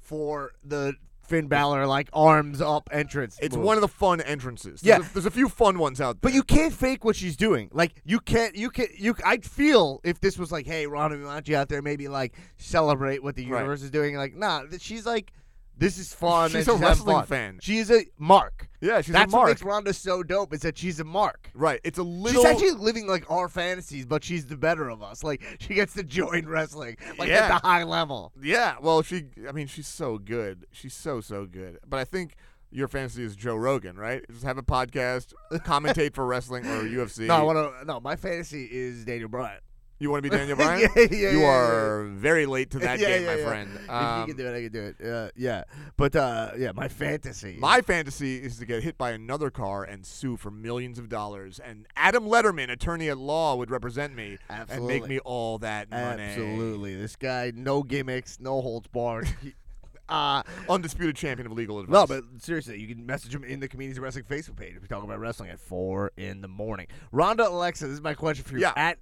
Speaker 1: for the Finn Balor like arms up entrance.
Speaker 2: It's
Speaker 1: move.
Speaker 2: one of the fun entrances. There's
Speaker 1: Yeah.
Speaker 2: a, there's a few fun ones out there.
Speaker 1: But you can't fake what she's doing. Like you can't. You can. You. I'd feel if this was like, hey, Ronda Rousey out there, maybe like celebrate what the
Speaker 2: Right.
Speaker 1: universe is doing. Like, nah, th- she's like, this is fun.
Speaker 2: She's
Speaker 1: and
Speaker 2: a
Speaker 1: having
Speaker 2: wrestling
Speaker 1: fun.
Speaker 2: fan.
Speaker 1: She is a mark.
Speaker 2: yeah, she's
Speaker 1: That's
Speaker 2: a mark.
Speaker 1: what makes Ronda so dope is that she's a mark.
Speaker 2: Right. It's a little.
Speaker 1: She's actually living like our fantasies, but she's the better of us. Like she gets to join wrestling, like
Speaker 2: Yeah.
Speaker 1: at the high level.
Speaker 2: yeah. Well, she. I mean, she's so good. She's so so good. But I think your fantasy is Joe Rogan, right? Just have a podcast, commentate for wrestling or UFC.
Speaker 1: No, I want to. No, my fantasy is Daniel Bryan.
Speaker 2: you want to be Daniel Bryan?
Speaker 1: Yeah, yeah,
Speaker 2: you
Speaker 1: yeah,
Speaker 2: are very late to that
Speaker 1: Yeah,
Speaker 2: game,
Speaker 1: yeah,
Speaker 2: my
Speaker 1: yeah.
Speaker 2: friend.
Speaker 1: if you
Speaker 2: Um,
Speaker 1: can do it, I can do it. Uh, yeah, but uh, yeah, my fantasy. is-
Speaker 2: my fantasy is to get hit by another car and sue for millions of dollars. And Adam Letterman, attorney at law, would represent me and
Speaker 1: Absolutely.
Speaker 2: make me all that money.
Speaker 1: Absolutely. This guy, no gimmicks, no holds barred. He- uh,
Speaker 2: Undisputed champion of legal advice.
Speaker 1: no, but seriously, you can message him in the Comedians of Wrestling Facebook page if we talk about wrestling at 4 in the morning. Ronda Alexa, this is my question for you.
Speaker 2: Yeah.
Speaker 1: At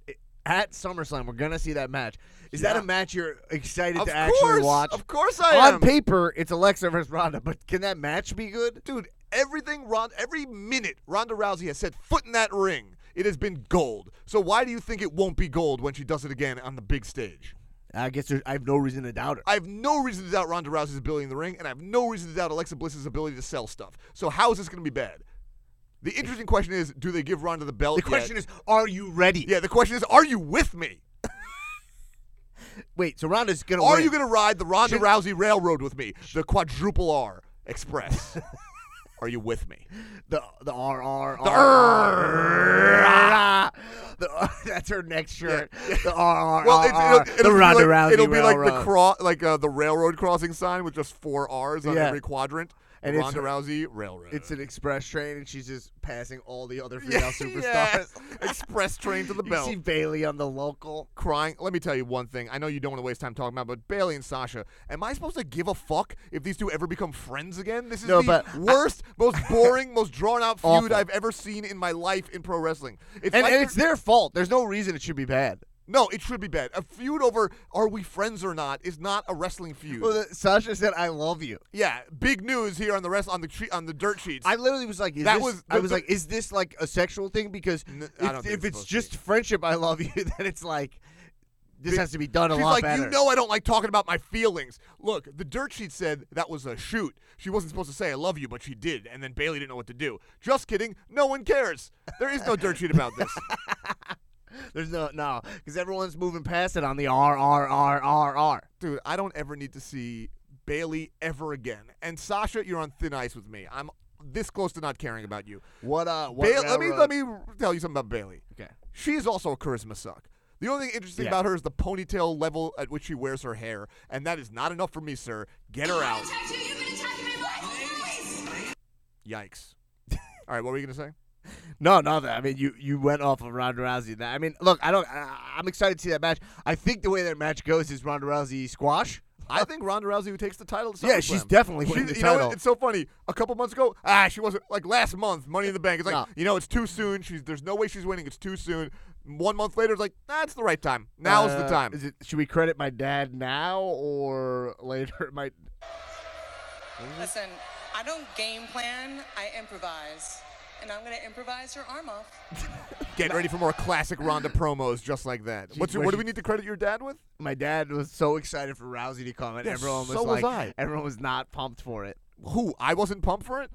Speaker 1: at SummerSlam, we're going to see that match. Is that
Speaker 2: Yeah.
Speaker 1: a match you're excited
Speaker 2: of
Speaker 1: to
Speaker 2: course,
Speaker 1: actually watch?
Speaker 2: Of course I am.
Speaker 1: On paper, it's Alexa versus Ronda, but can that match be good?
Speaker 2: dude, everything Ron, every minute Ronda Rousey has set foot in that ring, it has been gold. So why do you think it won't be gold when she does it again on the big stage?
Speaker 1: I guess there, I have no reason to doubt it.
Speaker 2: I have no reason to doubt Ronda Rousey's ability in the ring, and I have no reason to doubt Alexa Bliss's ability to sell stuff. So how is this going to be bad? The interesting question is, do they give Ronda the belt?
Speaker 1: The question is, are you ready?
Speaker 2: yeah. The question is, are you with me?
Speaker 1: Wait, so Ronda's going to
Speaker 2: Are you going to ride the Ronda
Speaker 1: Should-
Speaker 2: Rousey railroad with me, the quadruple R express? are you with me?
Speaker 1: The the R R
Speaker 2: The
Speaker 1: R. The that's her next shirt. The R
Speaker 2: Well,
Speaker 1: R
Speaker 2: it's,
Speaker 1: R.
Speaker 2: it'll,
Speaker 1: The
Speaker 2: it'll
Speaker 1: Ronda
Speaker 2: be like,
Speaker 1: Rousey
Speaker 2: it'll be like the
Speaker 1: Railroad.
Speaker 2: cro- like uh, the railroad crossing sign with just four R's on
Speaker 1: Yeah.
Speaker 2: every quadrant.
Speaker 1: And it's-
Speaker 2: Ronda Rousey Railroad.
Speaker 1: It's an express train, and she's just passing all the other female
Speaker 2: yeah,
Speaker 1: superstars.
Speaker 2: yeah. express train to the
Speaker 1: You
Speaker 2: belt.
Speaker 1: see Bailey on the local.
Speaker 2: Crying. Let me tell you one thing. I know you don't want to waste time talking about, it, but Bailey and Sasha. Am I supposed to give a fuck if these two ever become friends again? This is
Speaker 1: No,
Speaker 2: the
Speaker 1: but I-
Speaker 2: worst, most boring, most drawn out feud
Speaker 1: Awful.
Speaker 2: I've ever seen in my life in pro wrestling. It's
Speaker 1: And, and
Speaker 2: like they're-
Speaker 1: it's their fault. There's no reason it should be bad.
Speaker 2: no, it should be bad. A feud over are we friends or not is not a wrestling feud.
Speaker 1: Well, the, Sasha said, "I love you."
Speaker 2: Yeah, big news here on the rest on the tre- on the dirt sheets.
Speaker 1: I literally was like, is
Speaker 2: That
Speaker 1: this-
Speaker 2: was-
Speaker 1: I was
Speaker 2: the-
Speaker 1: like, "Is this like a sexual thing?" Because
Speaker 2: N- I
Speaker 1: if, if
Speaker 2: don't think it's
Speaker 1: it's
Speaker 2: supposed to
Speaker 1: just friendship, I love you. Then it's like this
Speaker 2: Be-
Speaker 1: has to be done a
Speaker 2: She's
Speaker 1: lot
Speaker 2: like,
Speaker 1: better.
Speaker 2: you know, I don't like talking about my feelings. Look, the dirt sheet said that was a shoot. She wasn't supposed to say I love you, but she did, and then Bailey didn't know what to do. Just kidding. No one cares. There is no dirt sheet about this.
Speaker 1: There's no no because everyone's moving past it on the R R R R R.
Speaker 2: Dude, I don't ever need to see Bailey ever again. And Sasha, you're on thin ice with me. I'm this close to not caring about you.
Speaker 1: What uh? What
Speaker 2: Bailey, let me let
Speaker 1: railroad-
Speaker 2: me tell you something about Bailey.
Speaker 1: Okay.
Speaker 2: She's also a charisma suck. The only thing interesting
Speaker 1: Yeah.
Speaker 2: about her is the ponytail level at which she wears her hair, and that is not enough for me, sir. Get her out. Yikes. All right, what were you gonna say?
Speaker 1: No, no. that- I mean, you you went off of Ronda Rousey. That I mean, look, I don't. I, I'm excited to see that match. I think the way that match goes is Ronda Rousey squash.
Speaker 2: I think Ronda Rousey who takes the title. At
Speaker 1: Yeah, she's
Speaker 2: SummerSlam.
Speaker 1: definitely winning
Speaker 2: She's-
Speaker 1: the
Speaker 2: you know
Speaker 1: title.
Speaker 2: what? It's so funny. A couple months ago, ah, she wasn't like last month. Money in the Bank. It's like
Speaker 1: No.
Speaker 2: you know, it's too soon. She's there's no way she's winning. It's too soon. One month later, it's like that's the right time. Now's
Speaker 1: Uh,
Speaker 2: the time.
Speaker 1: Is it? Should we credit my dad now or later? My
Speaker 8: Listen, I don't game plan, I improvise. And I'm gonna improvise your arm off.
Speaker 2: Get ready for more classic Ronda promos just like that. What's your,
Speaker 1: where
Speaker 2: what do
Speaker 1: she-
Speaker 2: we need to credit your dad with?
Speaker 1: my dad was so excited for Rousey to come, and
Speaker 2: Yeah,
Speaker 1: everyone was
Speaker 2: so was
Speaker 1: like,
Speaker 2: I.
Speaker 1: everyone was not pumped for it.
Speaker 2: Who? I wasn't pumped for it.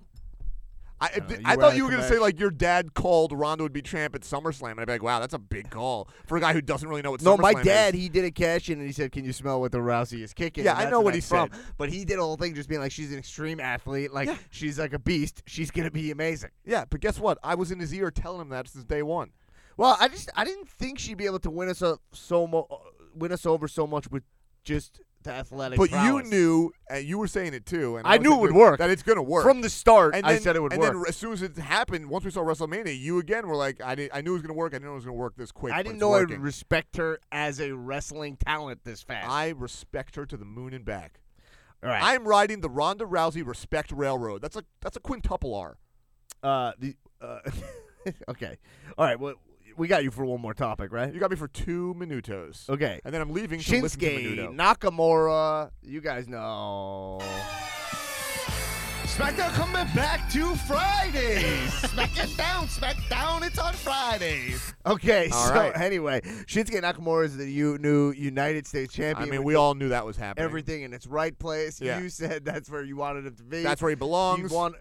Speaker 2: I, I,
Speaker 1: know,
Speaker 2: did-
Speaker 1: you
Speaker 2: I
Speaker 1: were out
Speaker 2: thought
Speaker 1: of
Speaker 2: you were going to say
Speaker 1: commission.
Speaker 2: like your dad called Ronda would be champ at SummerSlam, and I'd be like, wow, that's a big call for a guy who doesn't really know what.
Speaker 1: No,
Speaker 2: SummerSlam
Speaker 1: my
Speaker 2: is.
Speaker 1: dad, he did a cash in and he said, "Can you smell what the Rousey is kicking?"
Speaker 2: Yeah,
Speaker 1: And
Speaker 2: I
Speaker 1: that's
Speaker 2: know
Speaker 1: what
Speaker 2: what he
Speaker 1: that's from. But he did a whole thing just being like, "She's an extreme athlete. Like
Speaker 2: Yeah.
Speaker 1: she's like a beast. She's gonna be amazing."
Speaker 2: Yeah, but guess what? I was in his ear telling him that since day one.
Speaker 1: Well, I just I didn't think she'd be able to win us up so mo- win us over so much with just the athletic.
Speaker 2: But
Speaker 1: prowess.
Speaker 2: you knew, and you were saying it too. And
Speaker 1: I
Speaker 2: was
Speaker 1: knew
Speaker 2: saying
Speaker 1: it would
Speaker 2: too,
Speaker 1: work.
Speaker 2: That it's going to work.
Speaker 1: from the start.
Speaker 2: and
Speaker 1: I
Speaker 2: then-
Speaker 1: said it would
Speaker 2: and
Speaker 1: work.
Speaker 2: then as soon as it happened, once we saw WrestleMania, you again were like, I, did, I knew it was going to work. I didn't know it was going to work this quick.
Speaker 1: I
Speaker 2: but
Speaker 1: didn't
Speaker 2: it's
Speaker 1: know
Speaker 2: working.
Speaker 1: I'd respect her as a wrestling talent this fast.
Speaker 2: I respect her to the moon and back.
Speaker 1: All right.
Speaker 2: I'm riding the Ronda Rousey Respect Railroad. That's a that's a quintuple R.
Speaker 1: uh, the, uh, okay. All right. Well, we got you for one more topic, right?
Speaker 2: You got me for two minutos.
Speaker 1: Okay.
Speaker 2: And then I'm leaving to listen to
Speaker 1: Shinsuke
Speaker 2: Menudo.
Speaker 1: Nakamura. You guys know.
Speaker 9: SmackDown coming back to Fridays. Smack it down, smack down. It's on Fridays.
Speaker 1: Okay,
Speaker 2: All
Speaker 1: so
Speaker 2: right.
Speaker 1: anyway, Shinsuke Nakamura is the u- new United States
Speaker 2: I
Speaker 1: champion.
Speaker 2: mean,
Speaker 1: with
Speaker 2: we all knew that was happening.
Speaker 1: everything in its right place.
Speaker 2: Yeah.
Speaker 1: You said that's where you wanted him to be.
Speaker 2: That's where he
Speaker 1: You
Speaker 2: belongs.
Speaker 1: want.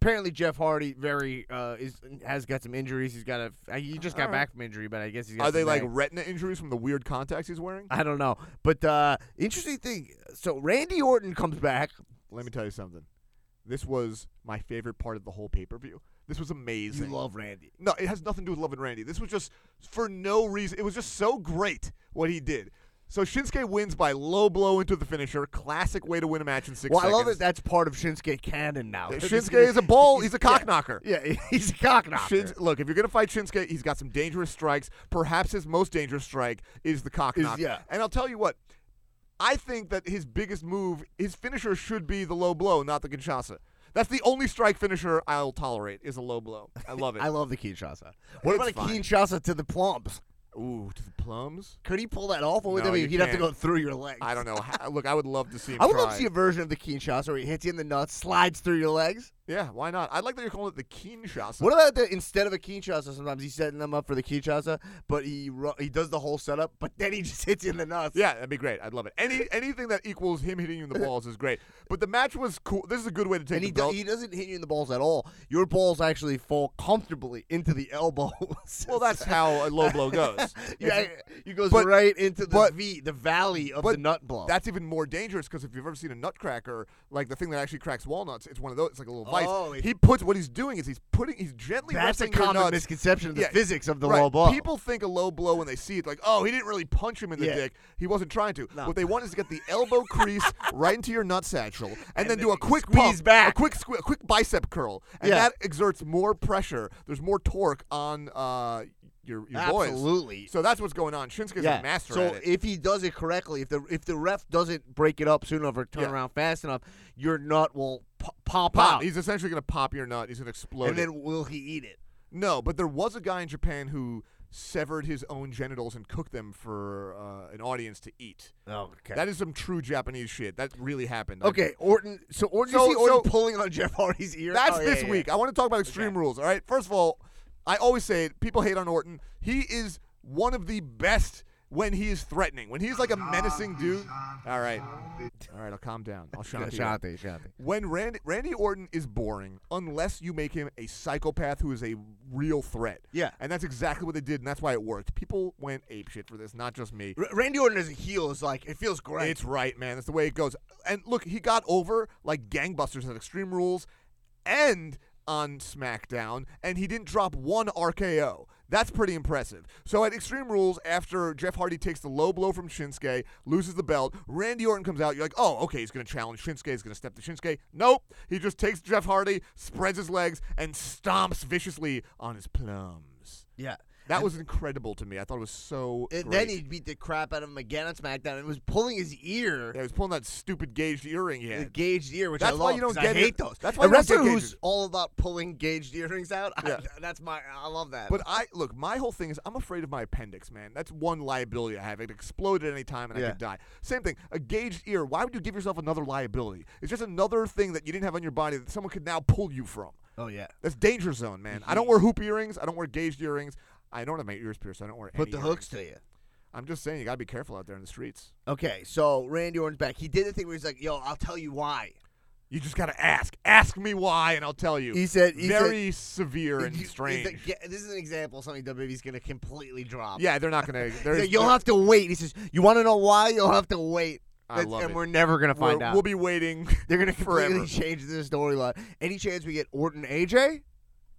Speaker 1: Apparently, Jeff Hardy very uh, is has got some injuries. He's got a he just got back from injury, but I guess he's got
Speaker 2: Are they
Speaker 1: some
Speaker 2: like
Speaker 1: back-
Speaker 2: retina injuries from the weird contacts he's wearing?
Speaker 1: I don't know. But uh interesting thing. So Randy Orton comes back.
Speaker 2: Let me tell you something. This was my favorite part of the whole pay per view. This was amazing.
Speaker 1: Randy.
Speaker 2: No, it has nothing to do with Love and Randy. This was just for no reason. It was just so great what he did. So Shinsuke wins by low blow into the finisher. Classic way to win a match in six
Speaker 1: Well,
Speaker 2: seconds.
Speaker 1: I love that that's part of Shinsuke canon now.
Speaker 2: Shinsuke is a ball. He's a cock knocker.
Speaker 1: Yeah, he's a cock knocker.
Speaker 2: Shins- look, if you're gonna fight Shinsuke, he's got some dangerous strikes. Perhaps his most dangerous strike is the cock
Speaker 1: Is-
Speaker 2: knock.
Speaker 1: yeah.
Speaker 2: And I'll tell you what, I think that his biggest move, his finisher, should be the low blow, not the Kinshasa. That's the only strike finisher I'll tolerate is a low blow. I love it.
Speaker 1: I love the Kinshasa. What
Speaker 2: It's
Speaker 1: about a
Speaker 2: fine.
Speaker 1: Kinshasa to the plums?
Speaker 2: Ooh, to the plums.
Speaker 1: Could he pull that off? Or would
Speaker 2: No,
Speaker 1: that be-
Speaker 2: you
Speaker 1: he'd have to go
Speaker 2: can't.
Speaker 1: through your legs.
Speaker 2: I don't know. How- look, I would love to see him.
Speaker 1: I would
Speaker 2: try.
Speaker 1: love to see a version of the Kinshasa where he hits you in the nuts, slides through your legs.
Speaker 2: Yeah, why not? I like that you're calling it the Kinshasa.
Speaker 1: What about the instead of a Kinshasa, sometimes he's setting them up for the Kinshasa, but he ru- he does the whole setup, but then he just hits you in the nuts.
Speaker 2: Yeah, that'd be great. I'd love it. Any anything that equals him hitting you in the balls is great. But the match was cool. This is a good way to take
Speaker 1: and
Speaker 2: the
Speaker 1: he, do,
Speaker 2: belt.
Speaker 1: he doesn't hit you in the balls at all. Your balls actually fall comfortably into the elbow.
Speaker 2: well, that's how a low blow goes.
Speaker 1: yeah, you goes
Speaker 2: but-
Speaker 1: right into the
Speaker 2: but-
Speaker 1: V, the valley of the
Speaker 2: but
Speaker 1: nut block.
Speaker 2: That's even more dangerous because if you've ever seen a nutcracker, like the thing that actually cracks walnuts, it's one of those. It's like a little vice.
Speaker 1: Oh, it-
Speaker 2: he puts what he's doing is he's putting he's gently.
Speaker 1: That's a
Speaker 2: wrestling your
Speaker 1: common
Speaker 2: nuts.
Speaker 1: misconception of the
Speaker 2: Yeah,
Speaker 1: physics of the
Speaker 2: right.
Speaker 1: low blow.
Speaker 2: People think a low blow when they see it, like, oh, he didn't really punch him in the
Speaker 1: Yeah.
Speaker 2: dick. He wasn't trying to.
Speaker 1: No.
Speaker 2: What they want is to get the elbow crease right into your nut satchel, and, then, do a quick
Speaker 1: squeeze
Speaker 2: pump,
Speaker 1: back.
Speaker 2: a quick sque- a quick bicep curl, and
Speaker 1: Yeah.
Speaker 2: that exerts more pressure. There's more torque on uh, your your boys.
Speaker 1: Absolutely.
Speaker 2: So that's what's going on. Shinsuke's
Speaker 1: yeah.
Speaker 2: a master
Speaker 1: so
Speaker 2: at it.
Speaker 1: if he does it correctly, if the if the ref doesn't break it up soon enough or turn
Speaker 2: Yeah.
Speaker 1: around fast enough, your nut will po- pop,
Speaker 2: Pop.
Speaker 1: out,
Speaker 2: He's essentially going to pop your nut. He's going to explode.
Speaker 1: and
Speaker 2: it.
Speaker 1: then will he eat it?
Speaker 2: No, but there was a guy in Japan who severed his own genitals and cooked them for uh, an audience to eat.
Speaker 1: Oh, Okay.
Speaker 2: That is some true Japanese shit. That really happened. I-
Speaker 1: okay, Orton. So Orton, you
Speaker 2: So-
Speaker 1: see Orton
Speaker 2: so-
Speaker 1: pulling on Jeff Hardy's ear.
Speaker 2: That's
Speaker 1: Oh, yeah,
Speaker 2: this
Speaker 1: yeah,
Speaker 2: week.
Speaker 1: yeah.
Speaker 2: I want to talk about Extreme Rules, all right? First of all, I always say it. People hate on Orton. He is one of the best when he is threatening. When he's like a menacing dude. All right. All right, I'll calm down. I'll shock you.
Speaker 1: Shante, Shante.
Speaker 2: When Randy, Randy Orton is boring, unless you make him a psychopath who is a real threat.
Speaker 1: Yeah.
Speaker 2: and that's exactly what they did, and that's why it worked. People went apeshit for this, not just me.
Speaker 1: R- Randy Orton as a heel is like it feels great.
Speaker 2: It's right, man. That's the way it goes. And look, he got over like gangbusters at Extreme Rules, and on SmackDown, and he didn't drop one RKO. That's pretty impressive. So at Extreme Rules, after Jeff Hardy takes the low blow from Shinsuke, loses the belt, Randy Orton comes out. You're like, oh, okay, he's going to challenge Shinsuke. He's going to step to Shinsuke. Nope. He just takes Jeff Hardy, spreads his legs, and stomps viciously on his plums.
Speaker 1: yeah.
Speaker 2: That was incredible to me. I thought it was so.
Speaker 1: And
Speaker 2: great.
Speaker 1: then he beat the crap out of him again on SmackDown and was pulling his ear.
Speaker 2: Yeah, he was pulling that stupid gauged earring he
Speaker 1: The
Speaker 2: had.
Speaker 1: gauged ear, which I
Speaker 2: That's
Speaker 1: love.
Speaker 2: why you don't
Speaker 1: 'cause I
Speaker 2: get it-
Speaker 1: hate those.
Speaker 2: that's why
Speaker 1: a
Speaker 2: you don't get
Speaker 1: wrestler who's
Speaker 2: gauges.
Speaker 1: all about pulling gauged earrings out. I-
Speaker 2: Yeah.
Speaker 1: that's my. I love that.
Speaker 2: But I look, my whole thing is I'm afraid of my appendix, man. That's one liability I have. It could explode at any time and I
Speaker 1: Yeah.
Speaker 2: could die. Same thing, a gauged ear. Why would you give yourself another liability? It's just another thing that you didn't have on your body that someone could now pull you from.
Speaker 1: oh yeah.
Speaker 2: That's danger zone, man. I
Speaker 1: Mhm.
Speaker 2: don't wear hoop earrings. I don't wear gauged earrings. I don't have my ears pierced. So I don't wear.
Speaker 1: Put
Speaker 2: any
Speaker 1: the
Speaker 2: earrings.
Speaker 1: hooks to you.
Speaker 2: I'm just saying, you gotta be careful out there in the streets.
Speaker 1: Okay, so Randy Orton's back. He did the thing where he's like, "Yo, I'll tell you why."
Speaker 2: You just gotta ask. Ask me why, and I'll tell you.
Speaker 1: He said- he said-
Speaker 2: very severe and
Speaker 1: You- is
Speaker 2: strange.
Speaker 1: that- yeah, this is an example of something WWE's going to completely drop.
Speaker 2: yeah, they're not gonna.
Speaker 1: He's
Speaker 2: They're,
Speaker 1: like, you'll have to wait. He says, "You want to know why? You'll have to wait."
Speaker 2: I
Speaker 1: That's-
Speaker 2: love
Speaker 1: and
Speaker 2: it.
Speaker 1: we're never going to find
Speaker 2: we're-
Speaker 1: out.
Speaker 2: We'll be waiting.
Speaker 1: They're going to completely
Speaker 2: forever.
Speaker 1: change the storyline. Any chance we get Orton AJ?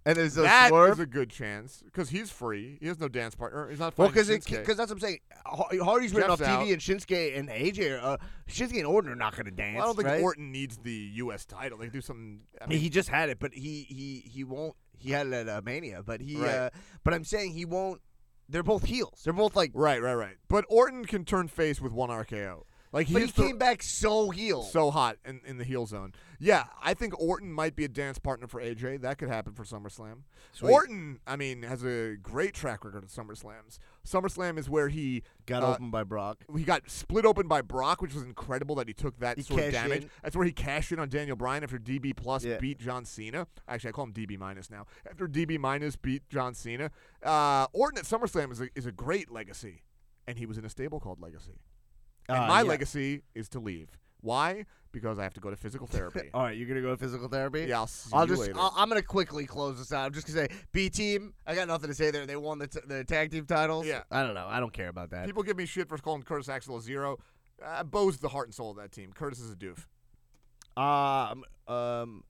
Speaker 1: And there's a
Speaker 2: That is
Speaker 1: swerve.
Speaker 2: a good chance because he's free. He has no dance partner. He's not
Speaker 1: Well,
Speaker 2: fighting
Speaker 1: because
Speaker 2: Shinsuke.
Speaker 1: because that's what I'm saying. Har- Hardy's written
Speaker 2: Jeff's
Speaker 1: off TV,
Speaker 2: out.
Speaker 1: and Shinsuke and AJ, are, uh, Shinsuke and Orton are not going to dance.
Speaker 2: Well, I don't think
Speaker 1: right?
Speaker 2: Orton needs the U.S. title. They do something. I mean,
Speaker 1: he just had it, but he he he won't. He had it at uh, Mania, but he.
Speaker 2: Right.
Speaker 1: Uh, but I'm saying he won't. They're both heels. They're both like.
Speaker 2: right, right, right. But Orton can turn face with one RKO. Like
Speaker 1: But he
Speaker 2: is the-
Speaker 1: came back so heel.
Speaker 2: so hot in, in the heel zone. Yeah, I think Orton might be a dance partner for AJ. That could happen for SummerSlam.
Speaker 1: Sweet.
Speaker 2: Orton, I mean, has a great track record at SummerSlams. SummerSlam is where he
Speaker 1: got
Speaker 2: uh,
Speaker 1: opened by Brock.
Speaker 2: He got split open by Brock, which was incredible that he took that
Speaker 1: He
Speaker 2: sort of
Speaker 1: cashed
Speaker 2: damage.
Speaker 1: in.
Speaker 2: That's where he cashed in on Daniel Bryan after DB plus
Speaker 1: Yeah.
Speaker 2: beat John Cena. Actually, I call him DB minus now. After DB minus beat John Cena, uh, Orton at SummerSlam is a, is a great legacy, and he was in a stable called Legacy. And
Speaker 1: Uh,
Speaker 2: my
Speaker 1: yeah.
Speaker 2: legacy is to leave. Why? Because I have to go to physical therapy.
Speaker 1: All right, you're gonna go to physical therapy.
Speaker 2: yeah, I'll see
Speaker 1: I'll
Speaker 2: you
Speaker 1: just.
Speaker 2: later.
Speaker 1: I'll, I'm gonna quickly close this out. I'm just gonna say B team. I got nothing to say there. They won the, t- the tag team titles.
Speaker 2: Yeah.
Speaker 1: I don't know. I don't care about that.
Speaker 2: People give me shit for calling Curtis Axel a zero. Uh, Bo's the heart and soul of that team. Curtis is a doof.
Speaker 1: Um, um,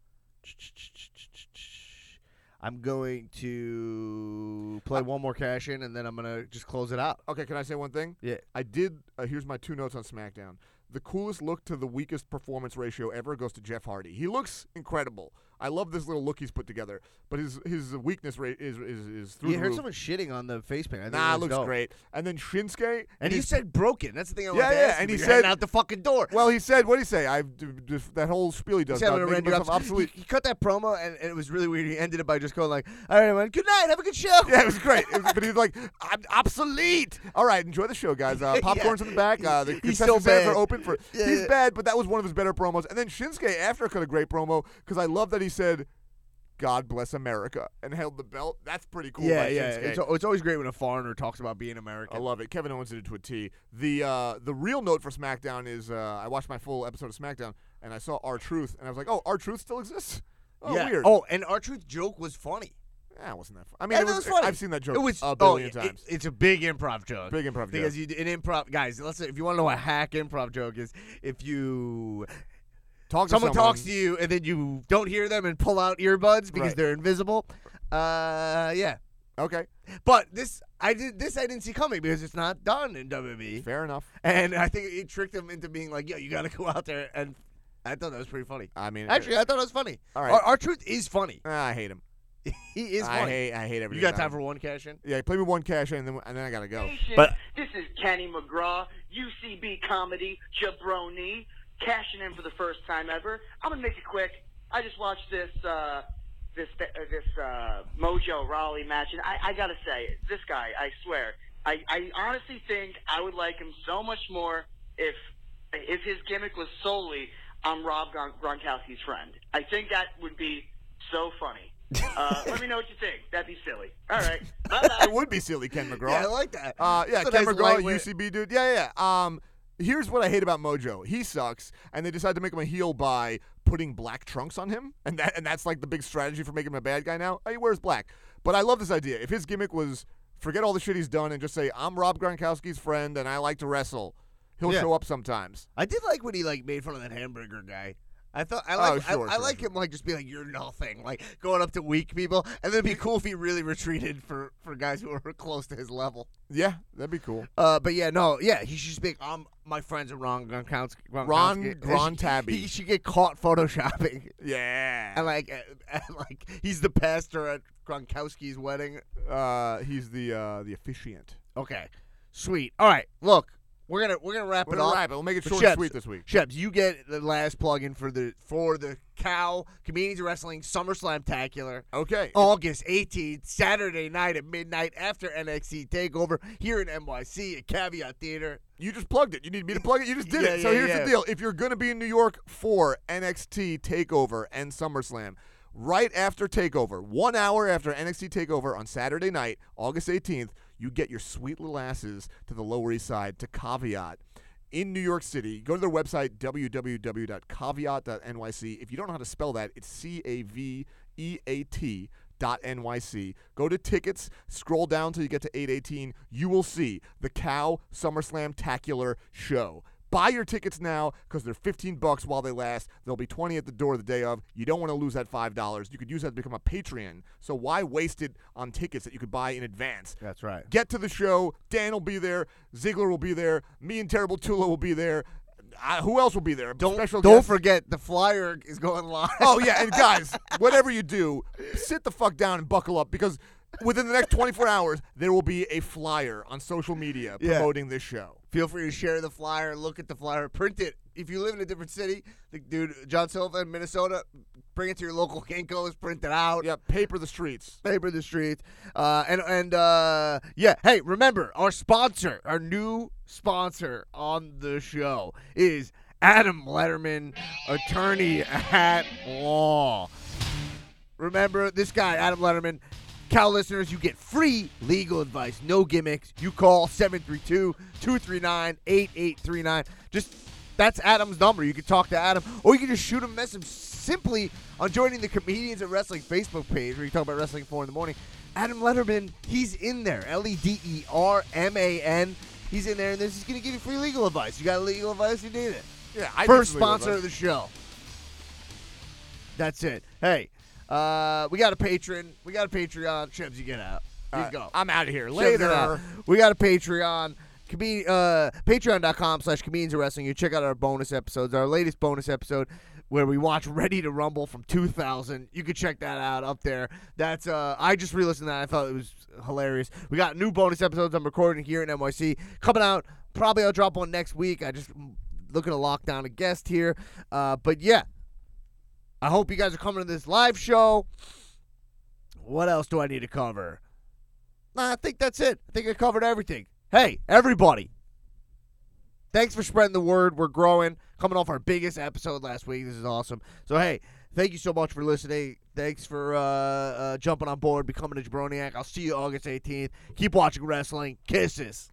Speaker 1: I'm going to
Speaker 2: Uh,
Speaker 1: play one more cash in, and then I'm gonna just close it out.
Speaker 2: Okay, can I say one thing?
Speaker 1: Yeah.
Speaker 2: I did. Uh, here's my two notes on SmackDown. The coolest look to the weakest performance ratio ever goes to Jeff Hardy. He looks incredible. I love this little look he's put together, but his his weakness rate is is, is through
Speaker 1: You
Speaker 2: the
Speaker 1: heard
Speaker 2: roof.
Speaker 1: someone shitting on the face paint. I think
Speaker 2: nah,
Speaker 1: it was
Speaker 2: looks
Speaker 1: dope.
Speaker 2: great. And then Shinsuke,
Speaker 1: And he
Speaker 2: he's-
Speaker 1: said broken. That's the thing I
Speaker 2: Yeah,
Speaker 1: wanted to
Speaker 2: yeah,
Speaker 1: ask you,
Speaker 2: and
Speaker 1: but
Speaker 2: he
Speaker 1: you're heading
Speaker 2: said-
Speaker 1: out the fucking door.
Speaker 2: well, he said what did he say? I that whole spiel he
Speaker 1: He
Speaker 2: does.
Speaker 1: said I'm
Speaker 2: about
Speaker 1: gonna
Speaker 2: making
Speaker 1: render you
Speaker 2: myself
Speaker 1: obs-
Speaker 2: obsolete.
Speaker 1: He, he cut that promo, and, and it was really weird. He ended it by just going like, "All right, everyone, good night, have a good show."
Speaker 2: Yeah, it was great. It was- but he's like, I'm obsolete. All right, enjoy the show, guys. Uh,
Speaker 1: Yeah.
Speaker 2: popcorn's in the back. Uh, the
Speaker 1: He's
Speaker 2: concession
Speaker 1: so
Speaker 2: stands
Speaker 1: bad.
Speaker 2: are open for.
Speaker 1: Yeah,
Speaker 2: he's
Speaker 1: yeah.
Speaker 2: bad, but that was one of his better promos. And then Shinsuke after cut a great promo because I love that he said, "God bless America" and held the belt. That's pretty cool.
Speaker 1: yeah,
Speaker 2: by
Speaker 1: yeah.
Speaker 2: Shinsuke.
Speaker 1: It's, al- it's always great when a foreigner talks about being American.
Speaker 2: I love it. Kevin Owens did it to a T. The uh, the real note for SmackDown is uh, I watched my full episode of SmackDown and I saw our Truth and I was like, oh, our Truth still exists. Oh,
Speaker 1: yeah.
Speaker 2: weird.
Speaker 1: Oh, and our truth joke was funny.
Speaker 2: Nah, it wasn't that. Fun. I mean,
Speaker 1: Yeah,
Speaker 2: it
Speaker 1: that
Speaker 2: was,
Speaker 1: was funny.
Speaker 2: I've seen that joke
Speaker 1: It was
Speaker 2: a billion
Speaker 1: oh, it-
Speaker 2: times.
Speaker 1: it's a big improv joke.
Speaker 2: Big improv
Speaker 1: Because you an improv guys, let's say if you want to know what a hack improv joke is, if you
Speaker 2: Talk to
Speaker 1: someone, talks
Speaker 2: someone-
Speaker 1: to you and then you don't hear them and pull out earbuds because
Speaker 2: Right.
Speaker 1: they're invisible. Uh yeah.
Speaker 2: Okay,
Speaker 1: But this I did this I didn't see coming because it's not done in E. WWE.
Speaker 2: fair enough.
Speaker 1: And I think it tricked them into being like, "Yo, you got to go out there and I thought that was pretty funny.
Speaker 2: I mean,
Speaker 1: Actually, I thought it was funny.
Speaker 2: Uh, All right.
Speaker 1: Our, our truth is funny.
Speaker 2: Ah, I hate him.
Speaker 1: He is
Speaker 2: I
Speaker 1: funny.
Speaker 2: hate. I hate everything.
Speaker 1: you got
Speaker 2: about
Speaker 1: time
Speaker 2: him.
Speaker 1: for one cash in?
Speaker 2: Yeah, play me one cash in, and then and then I gotta go.
Speaker 5: But this is Kenny McGraw, UCB comedy jabroni, cashing in for the first time ever. I'm gonna make it quick. I just watched this uh, this uh, this uh, Mojo Raleigh match, and I, I gotta say, this guy, I swear, I, I honestly think I would like him so much more if if his gimmick was solely I'm Rob Gron- Gronkowski's friend. I think that would be so funny. Uh, let me know what you think. That'd be silly. All right. Bye-bye.
Speaker 2: It would be silly, Ken McGraw.
Speaker 1: Yeah, I like that.
Speaker 2: Uh, yeah,
Speaker 1: That's a
Speaker 2: Ken
Speaker 1: nice
Speaker 2: McGraw,
Speaker 1: lightweight-
Speaker 2: UCB dude. Yeah, yeah. Um, here's what I hate about Mojo. He sucks, and they decide to make him a heel by putting black trunks on him, and that and that's like the big strategy for making him a bad guy now. Oh, he wears black. But I love this idea. If his gimmick was forget all the shit he's done and just say I'm Rob Gronkowski's friend and I like to wrestle, he'll
Speaker 1: Yeah.
Speaker 2: show up sometimes.
Speaker 1: I did like when he like made fun of that hamburger guy. I thought I like
Speaker 2: Oh, sure,
Speaker 1: I, I
Speaker 2: sure,
Speaker 1: like
Speaker 2: sure.
Speaker 1: him like just be like you're nothing like going up to weak people and then it'd be cool if he really retreated for for guys who were close to his level.
Speaker 2: Yeah, that'd be cool.
Speaker 1: Uh, but yeah, no, yeah, he should just be. Like, um, my friends are wrong. Gronkowski, Gronkowski.
Speaker 2: Ron-
Speaker 1: And
Speaker 2: Ron
Speaker 1: he-
Speaker 2: Tabby.
Speaker 1: He should get caught photoshopping.
Speaker 2: Yeah.
Speaker 1: And like, uh, and, like he's the pastor at Gronkowski's wedding.
Speaker 2: Uh, he's the uh, the officiant.
Speaker 1: Okay, sweet. All right, look, we're gonna we're gonna wrap
Speaker 2: We're
Speaker 1: it
Speaker 2: gonna
Speaker 1: up.
Speaker 2: wrap it. We'll make it
Speaker 1: But
Speaker 2: short and
Speaker 1: Shebs-
Speaker 2: sweet this week.
Speaker 1: Shebs, you get the last plug-in for the for the Cow Comedians of Wrestling SummerSlam Tacular.
Speaker 2: Okay.
Speaker 1: August 18th, Saturday night at midnight after NXT Takeover here in NYC at Caveat Theater.
Speaker 2: You just plugged it. You need me to plug it. You just did
Speaker 1: Yeah,
Speaker 2: it. So
Speaker 1: yeah,
Speaker 2: here's
Speaker 1: yeah.
Speaker 2: the deal: if you're gonna be in New York for NXT Takeover and SummerSlam, right after Takeover, one hour after NXT Takeover on Saturday night, August 18th, you get your sweet little asses to the Lower East Side to Caveat. In New York City, go to their website www.caveat.nyc. If you don't know how to spell that, it's C A V E A T dot nyc go to tickets scroll down till you get to 818 you will see the cow summerslam tacular show buy your tickets now because they're 15 bucks while they last there'll be 20 at the door the day of you don't want to lose that $5 you could use that to become a patreon so why waste it on tickets that you could buy in advance
Speaker 1: That's right.
Speaker 2: get to the show dan will be there ziggler will be there me and terrible tula will be there I, who else will be there
Speaker 1: Don't
Speaker 2: Special
Speaker 1: don't
Speaker 2: guests?
Speaker 1: forget the flyer is going live.
Speaker 2: Oh yeah, and guys, whatever you do, sit the fuck down and buckle up because within the next 24 hours there will be a flyer on social media
Speaker 1: Yeah.
Speaker 2: promoting this show.
Speaker 1: Feel free to share the flyer, look at the flyer, print it. If you live in a different city, the dude John Silva in Minnesota, bring it to your local Kinko's, print it out.
Speaker 2: Yeah, paper the streets.
Speaker 1: Paper the street. Uh, and and uh, yeah, hey, remember our sponsor, our new sponsor on the show is Adam Letterman, attorney at law. Remember this guy, Adam Letterman. Cal listeners, you get free legal advice, no gimmicks. You call 732 239 8839. Just that's Adam's number. You can talk to Adam, or you can just shoot him a message simply on joining the Comedians at Wrestling Facebook page where you talk about wrestling at 4 in the morning. Adam Letterman, he's in there. L E D E R M A N. He's in there, and this is going to give you free legal advice. You got legal advice? You need it.
Speaker 2: Yeah, I
Speaker 1: First
Speaker 2: need some legal
Speaker 1: sponsor of
Speaker 2: advice.
Speaker 1: the show. That's it. Hey, uh, we got a patron. We got a Patreon. Shebs, you get out. You
Speaker 2: Uh,
Speaker 1: go.
Speaker 2: I'm out of here.
Speaker 1: Shebs, get
Speaker 2: Later.
Speaker 1: out. We got a Patreon. Comedi- uh, Patreon.com slash comedians of wrestling. You check out our bonus episodes, our latest bonus episode where we watch Ready to Rumble from 2000. You can check that out up there. That's uh, I just re listened to that. I thought it was hilarious. We got new bonus episodes I'm recording here in NYC coming out. Probably I'll drop one next week. I just looking to lock down a guest here. Uh, but yeah, I hope you guys are coming to this live show. What else do I need to cover? Nah, I think that's it. I think I covered everything. Hey, everybody. Thanks for spreading the word. We're growing. Coming off our biggest episode last week. This is awesome. So, hey, thank you so much for listening. Thanks for uh, uh, jumping on board, becoming a jabroniac. I'll see you August 18th. Keep watching wrestling. Kisses.